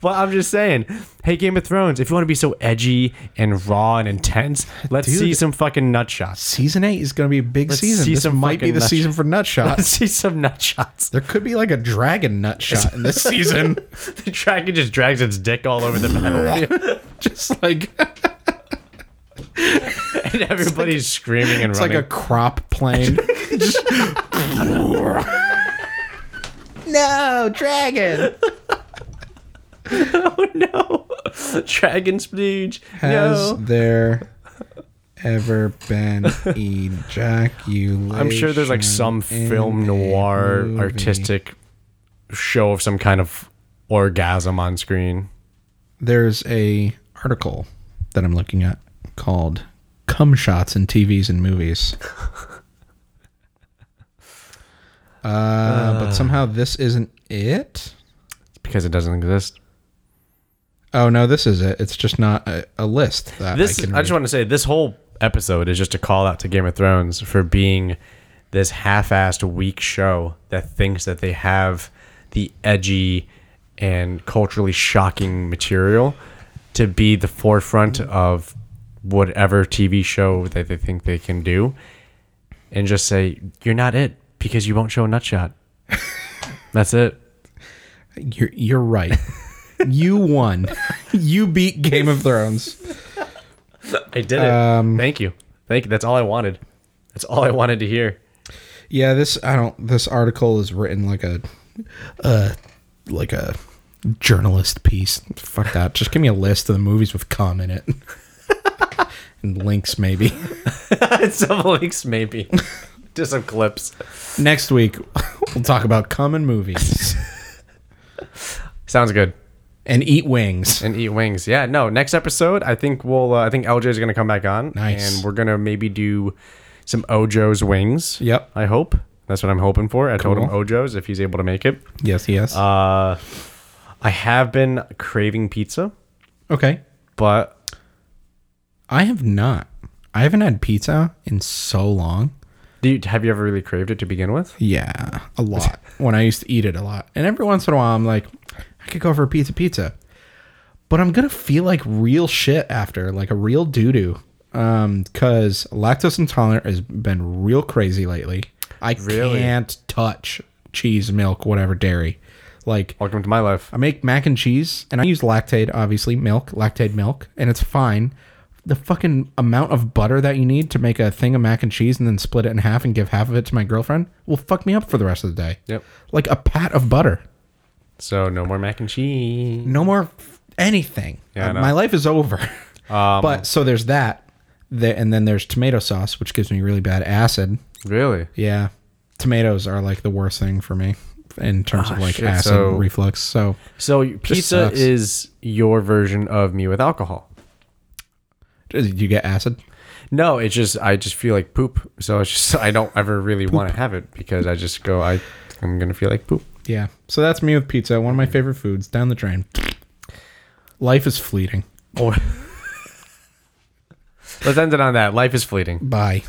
But I'm just saying, hey Game of Thrones, if you want to be so edgy and raw and intense, let's
Dude.
see some fucking nut shots. [LAUGHS]
season eight is going to be a big
Let's
season.
see
This
some
might be
fucking
the
nut
season for nut shots.
Let's see some nut shots.
there could be like a
[LAUGHS]
dragon nut shot in this season.
The dragon just drags its dick all over the
[LAUGHS]
battlefield,
Just like
and everybody's screaming and
it's like
running.
a crop plane.
[LAUGHS]
Just- no dragon Oh, [LAUGHS]
no, dragon splooge.
has
No.
there ever
[LAUGHS]
been ejaculation
I'm sure there's like some
in
film
a
noir
movie?
artistic show of some kind of orgasm on screen.
there's a article that I'm looking at called "Cum Shots in TVs
[LAUGHS]
and Movies." uh, but somehow this isn't it.
It's because it doesn't exist.
Oh no, this is it. It's just not a, a list that
this
I
I,
can
just
read.
want to say this whole episode is just a call out to Game of Thrones for being this half-assed weak show that thinks that they have the edgy and culturally shocking material to be the forefront of whatever TV show that they think they can do and just say you're not it because you won't show a [LAUGHS] nutshot. That's it.
You're, you're right. you won. [LAUGHS] you beat Game of Thrones.
I did it. Thank you. Thank you. That's all I wanted. That's all I wanted to hear.
Yeah, this I don't. This article is written like a, uh, like a journalist piece. Fuck that. Just give me a list of the movies with cum in it, [LAUGHS] and links maybe.
[LAUGHS] some links maybe [LAUGHS] to some clips
Next week we'll talk about cum and movies
sounds good
and eat wings.
and eat wings yeah no next episode i think we'll uh, i think lj is gonna come back on
Nice.
and we're gonna maybe do some ojo's wings
Yep.
i hope that's what i'm hoping for i told him
Cool.
ojo's if he's able to make it
Yes. Yes.
uh i have been craving pizza
okay.
but
I have not. I haven't had pizza in so long.
do you, have you ever really craved it to begin with
Yeah, a lot. when I used to eat it a lot. And every once in a while, I'm like, I could go for a pizza pizza. but I'm gonna feel like real shit after, like a real doo doo. Um, cause lactose intolerant has been real crazy lately. I
Really?
can't touch cheese, milk, whatever, dairy. Like
Welcome to my life.
I make mac and cheese and I use lactate, obviously, milk, lactate milk, and it's fine. The fucking amount of butter that you need to make a thing of mac and cheese and then split it in half and give half of it to my girlfriend will fuck me up for the rest of the day.
Yep.
Like a pat of butter.
So no more mac and cheese.
No more f- anything.
Yeah, I
Uh,
know. Um,
my life is over. but so there's that. The- and then there's tomato sauce, which gives me really bad acid.
Really?
Yeah. Tomatoes are like the worst thing for me in terms of like
Ah, shit,
acid
so-
reflux. So
So pizza
sucks.
is your version of me with alcohol.
do you get acid?
No, it's just I just feel like poop. So it's just I don't ever really want to have it because I just go I I'm gonna feel like poop.
Yeah. So that's me with pizza, one of my favorite foods, down the drain. Life is fleeting.
Let's end it on that. Life is fleeting.
Bye.